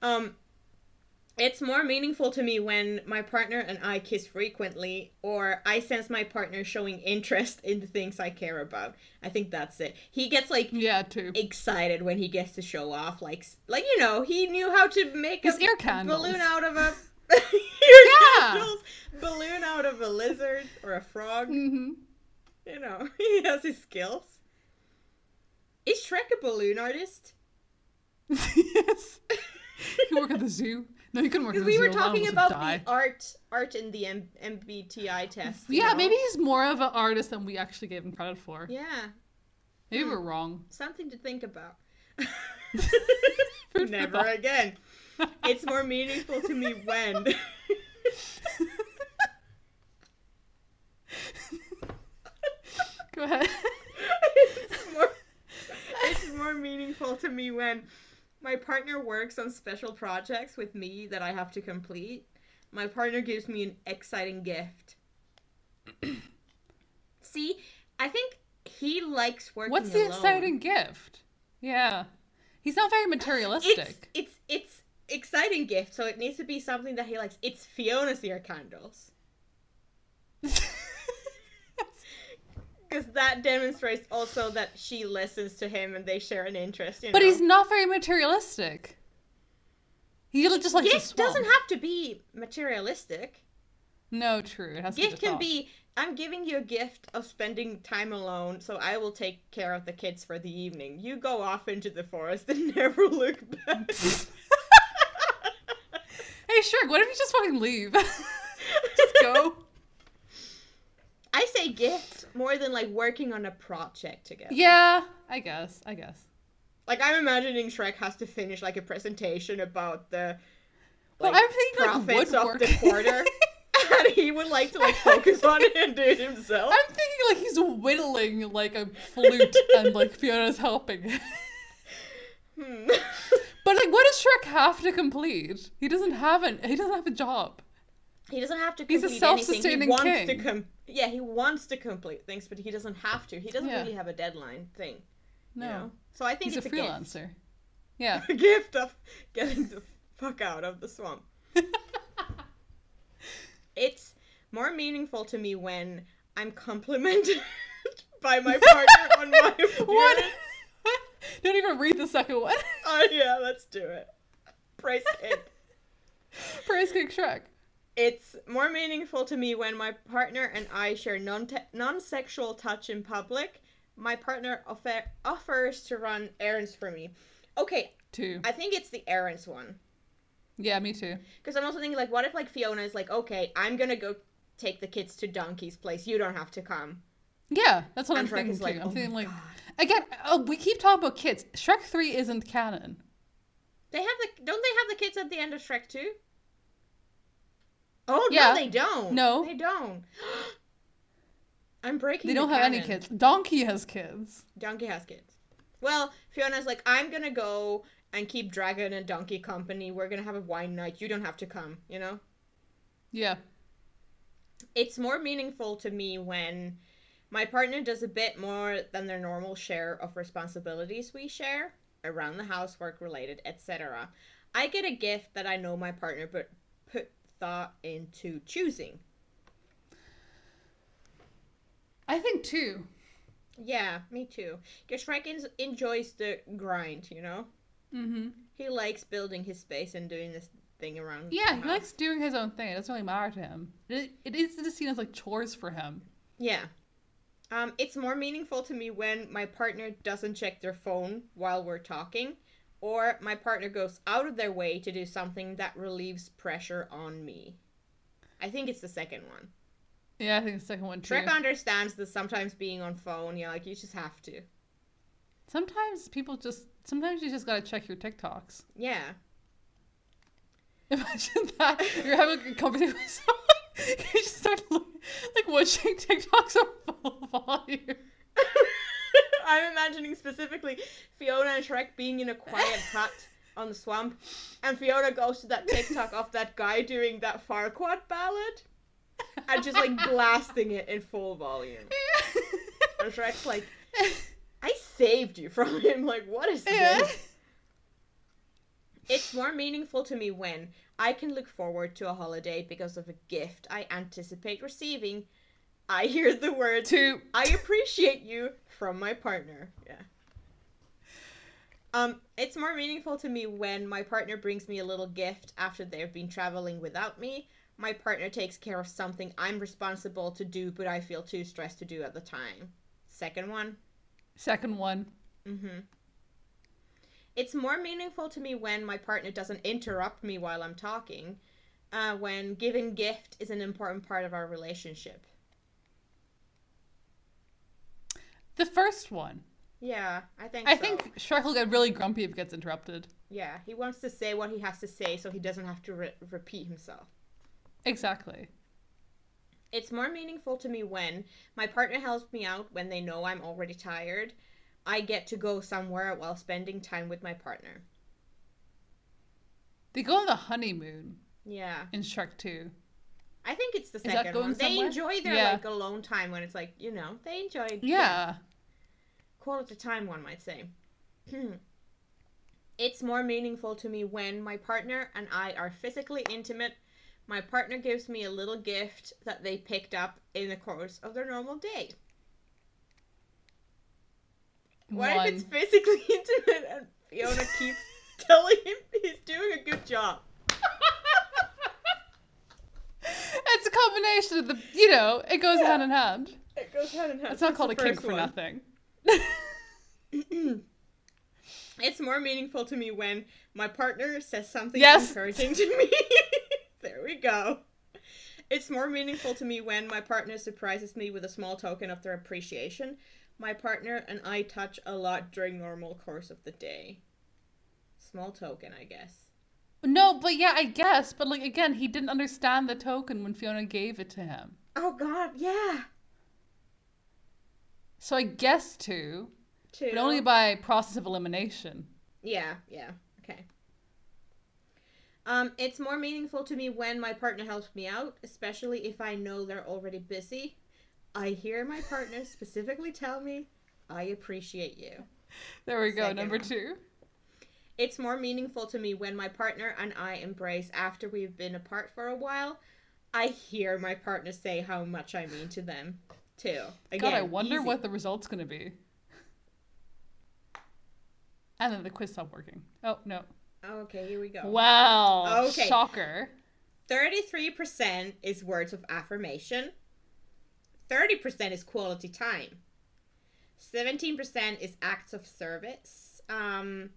Um, it's more meaningful to me when my partner and I kiss frequently, or I sense my partner showing interest in the things I care about. I think that's it. He gets like yeah, too. excited when he gets to show off, like s- like you know, he knew how to make His a ear candles. balloon out of a ear Yeah. candles, balloon out of a lizard or a frog. hmm You know, he has his skills. Is Shrek a balloon artist? yes. He work at the zoo. No, he couldn't work at the Because we zoo. were A lot of talking us would about die. the art, art in the M- MBTI test. you Yeah, know? maybe he's more of an artist than we actually gave him credit for. Yeah, Maybe we're wrong. something to think about. Food for Never thought. again. It's more meaningful to me when. Go ahead. it's, more, it's more meaningful to me when my partner works on special projects with me that I have to complete. My partner gives me an exciting gift. See, I think he likes working. What's the alone. exciting gift? Yeah. He's not very it's materialistic. it's it's exciting gift, so it needs to be something that he likes. It's Fiona's ear candles because that demonstrates also that she listens to him and they share an interest. You but know? he's not very materialistic. He li- just likes to gift swamp. doesn't have to be materialistic. No, true. It has to Gift be the can thought. be I'm giving you a gift of spending time alone, so I will take care of the kids for the evening. You go off into the forest and never look back. Hey, Shrek, what if you just fucking leave? just go. I say gift more than like working on a project together. Yeah, I guess. I guess. Like I'm imagining Shrek has to finish like a presentation about the Well, I'm thinking, like, profits of the woodwork. quarter. and he would like to like focus on it and do it himself. I'm thinking like he's whittling like a flute and like Fiona's helping. Hmm. But like what does Shrek have to complete? He doesn't have an he doesn't have a job. he doesn't have to He's complete a anything. He self-sustaining wants to king. com- Yeah, he wants to complete things, but he doesn't have to. He doesn't Yeah. really have a deadline thing. No. You know? So I think He's a it's a, gift. freelancer. Yeah. A gift of getting the fuck out of the swamp. it's more meaningful to me when I'm complimented by my partner on my What? appearance. Don't even read the second one. Oh yeah, let's do it. Price cake. Praise King Shrek. It's more meaningful to me when my partner and I share non non sexual touch in public. My partner offer- offers to run errands for me. Okay, Two. I think it's the errands one. Yeah, me too. Because I'm also thinking, like, what if, like, Fiona is like, okay, I'm gonna go take the kids to Donkey's place. You don't have to come. Yeah, that's what I'm, And Shrek thinking is too. like, I'm oh my thinking like God. again, oh, we keep talking about kids. Shrek 3 isn't canon. They have the don't they have the kids at the end of Shrek 2? Oh Yeah. no, they don't. No. they don't. I'm breaking. They the don't have any canon. kids. Donkey has kids. Donkey has kids. Well, Fiona's like, I'm gonna go and keep Dragon and Donkey company. We're gonna have a wine night. You don't have to come. You know. Yeah. It's more meaningful to me when my partner does a bit more than their normal share of responsibilities we share around the house, work related, etc. I get a gift that I know my partner put put thought into choosing. I think too. Yeah, me too. Because Shrek en- enjoys the grind, you know. Mm-hmm. He likes building his space and doing this thing around. the Yeah, house. he likes doing his own thing. It doesn't really matter to him. It, it is just seen as like chores for him. Yeah. Um, it's more meaningful to me when my partner doesn't check their phone while we're talking, or my partner goes out of their way to do something that relieves pressure on me. I think it's the second one. Yeah, I think the second one too. Shrek understands that sometimes being on phone, yeah, like you just have to. Sometimes people just sometimes you just gotta check your TikToks. Yeah. Imagine that you're having a conversation with someone, you just start like, like watching TikToks on full volume. I'm imagining specifically Fiona and Shrek being in a quiet hut on the swamp, and Fiona goes to that TikTok of that guy doing that Farquaad ballad and just like blasting it in full volume. And Shrek's like, I saved you from him. Like, what is Yeah. this? It's more meaningful to me when I can look forward to a holiday because of a gift I anticipate receiving. I hear the words Two. I appreciate you from my partner. Yeah. Um, it's more meaningful to me when my partner brings me a little gift after they've been traveling without me. My partner takes care of something I'm responsible to do, but I feel too stressed to do at the time. Second one. Second one. Mm-hmm. It's more meaningful to me when my partner doesn't interrupt me while I'm talking, uh, when giving gift is an important part of our relationship. The first one. Yeah, I think I so. think Shrek will get really grumpy if it gets interrupted. Yeah, he wants to say what he has to say so he doesn't have to re- repeat himself. Exactly. It's more meaningful to me when my partner helps me out when they know I'm already tired. I get to go somewhere while spending time with my partner. They go on the honeymoon Yeah, in Shrek 2. I think it's the that second going one. They somewhere? enjoy their Yeah. like alone time when it's like you know they enjoy Yeah. quality time one might say. it's more meaningful to me when my partner and I are physically intimate. My partner gives me a little gift that they picked up in the course of their normal day. What one. if it's physically intimate and Fiona keeps telling him he's doing a good job? It's a combination of the, you know, it goes hand in hand. It goes hand in hand. It's not That's called a the kink first for one. nothing. It's more meaningful to me when my partner says something Yes. encouraging to me. there we go. It's more meaningful to me when my partner surprises me with a small token of their appreciation. My partner and I touch a lot during normal course of the day. Small token, I guess. No, but yeah, I guess. But like again, he didn't understand the token when Fiona gave it to him. Oh god, yeah. So I guess too, Two. but only by process of elimination. Yeah, yeah. Okay. Um, it's more meaningful to me when my partner helps me out, especially if I know they're already busy. I hear my partner specifically tell me, I appreciate you. There we go, Second number one. two. It's more meaningful to me when my partner and I embrace after we've been apart for a while. I hear my partner say how much I mean to them, too. Again, God, I wonder easy. what the result's gonna be. And then the quiz stopped working. Oh no! Okay, here we go. Wow! Okay. Shocker. 33% is words of affirmation. 30% is quality time. 17% is acts of service. Um,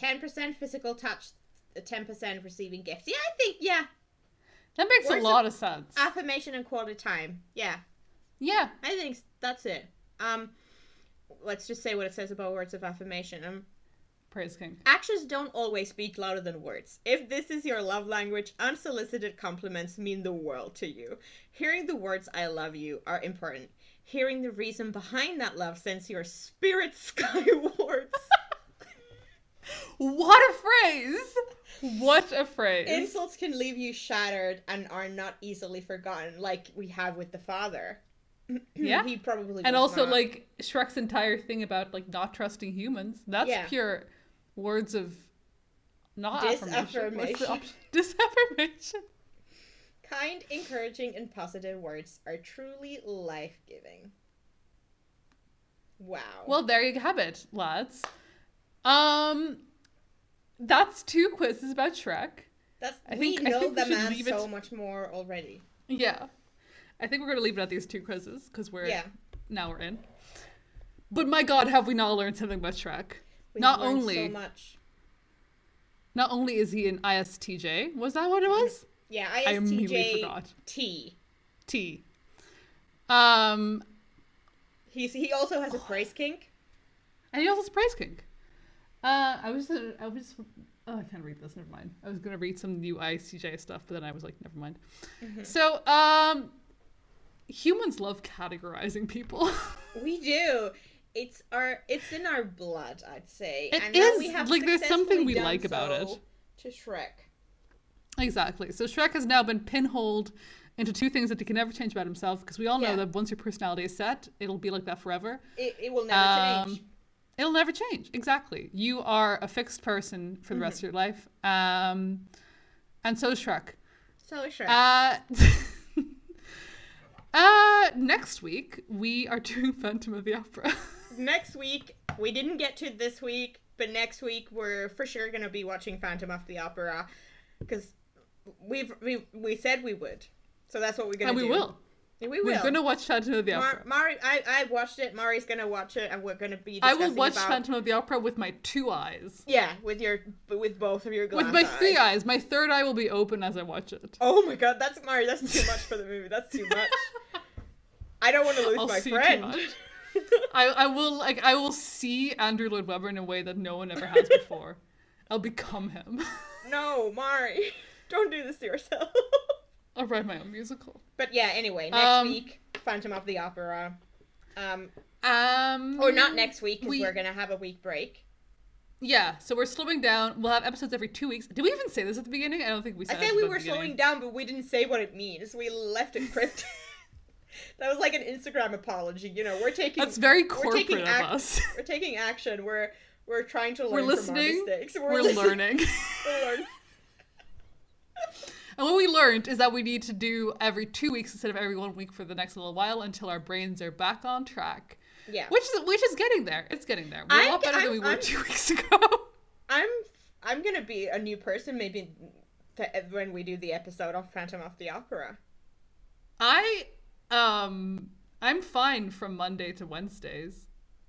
10% physical touch. 10% receiving gifts. Yeah, I think, yeah. That makes Where's a lot of sense. Affirmation and quality time. Yeah, yeah. I think s- that's it. Um, let's just say what it says about words of affirmation. Um, Praise King. Actions don't always speak louder than words. If this is your love language, unsolicited compliments mean the world to you. Hearing the words I love you are important. Hearing the reason behind that love sends your spirit skywards. What a phrase! What a phrase! Insults can leave you shattered and are not easily forgotten, like we have with the father. Yeah. He probably and was also not. like Shrek's entire thing about like not trusting humans. That's Yeah. pure words of not affirmation. What's the Disaffirmation. op- disaffirmation. kind, encouraging, and positive words are truly life giving. Wow. Well, there you have it, lads. Um, that's two quizzes about Shrek. That's I we think- I know think we the should man leave it- so much more already. Yeah, I think we're gonna leave it at these two quizzes because we're Yeah, now we're in. But my God, have we not learned something about Shrek? we've Not learned only- so much. Not only is he an ISTJ, was that what it was? Yeah, I immediately ISTJ forgot. T. T. Um, He's he also has a praise kink. And he also has Price King. Uh, I was, gonna- I was, oh, I can't read this. Never mind. I was gonna read some new ICJ stuff, but then I was like, never mind. Mm-hmm. So, um, humans love categorizing people. We do. It's our it's in our blood, I'd say. It and now we is, have like, there's successfully something we done like about so it. To Shrek. exactly. So Shrek has now been pinholed into two things that he can never change about himself, because we all know Yeah. that once your personality is set, it'll be like that forever. It, it will never change. Um, It'll never change. Exactly. You are a fixed person for the Mm-hmm. rest of your life. Um, and so is Shrek. So is Shrek. Uh, uh, next week we are doing Phantom of the Opera. next week we didn't get to this week, but next week we're for sure gonna be watching Phantom of the Opera, because we've we we said we would. So that's what we're gonna and we do. will. And We will. We're gonna watch Phantom of the Mar- Opera. Mari, I, I watched it. Mari's gonna watch it, and we're gonna be. I will discussing watch about- Phantom of the Opera with my two eyes. Yeah, with your with both of your glass With my three eyes. eyes. My third eye will be open as I watch it. Oh my god, that's Mari. That's too much for the movie. That's too much. I don't want to lose I'll my see too friend. much. I, I will like I will see Andrew Lloyd Webber in a way that no one ever has before. I'll become him. no, Mari, don't do this to yourself. I'll write my own musical. but yeah, anyway, next Um, week, Phantom of the Opera. Um, Um or not next week because we- we... are gonna have a week break. Yeah, so we're slowing down. We'll have episodes every two weeks. Did we even say this at the beginning? I don't think we I said. said it we at were the beginning. slowing down, but we didn't say what it means. We left it cryptic. that was like an Instagram apology. You know, we're taking That's very we're taking corporate of act- us. we're taking action. We're we're trying to learn We're from listening. our mistakes. We're, We're listening. learning. We're learn- and what we learned is that we need to do every two weeks instead of every one week for the next little while until our brains are back on track. Yeah, Which is which is getting there. It's getting there. We're a I'm lot ge- better than I'm- we were I'm- two weeks ago. I'm I'm gonna be a new person maybe to, when we do the episode on Phantom of the Opera. I um I'm fine from Monday to Wednesdays.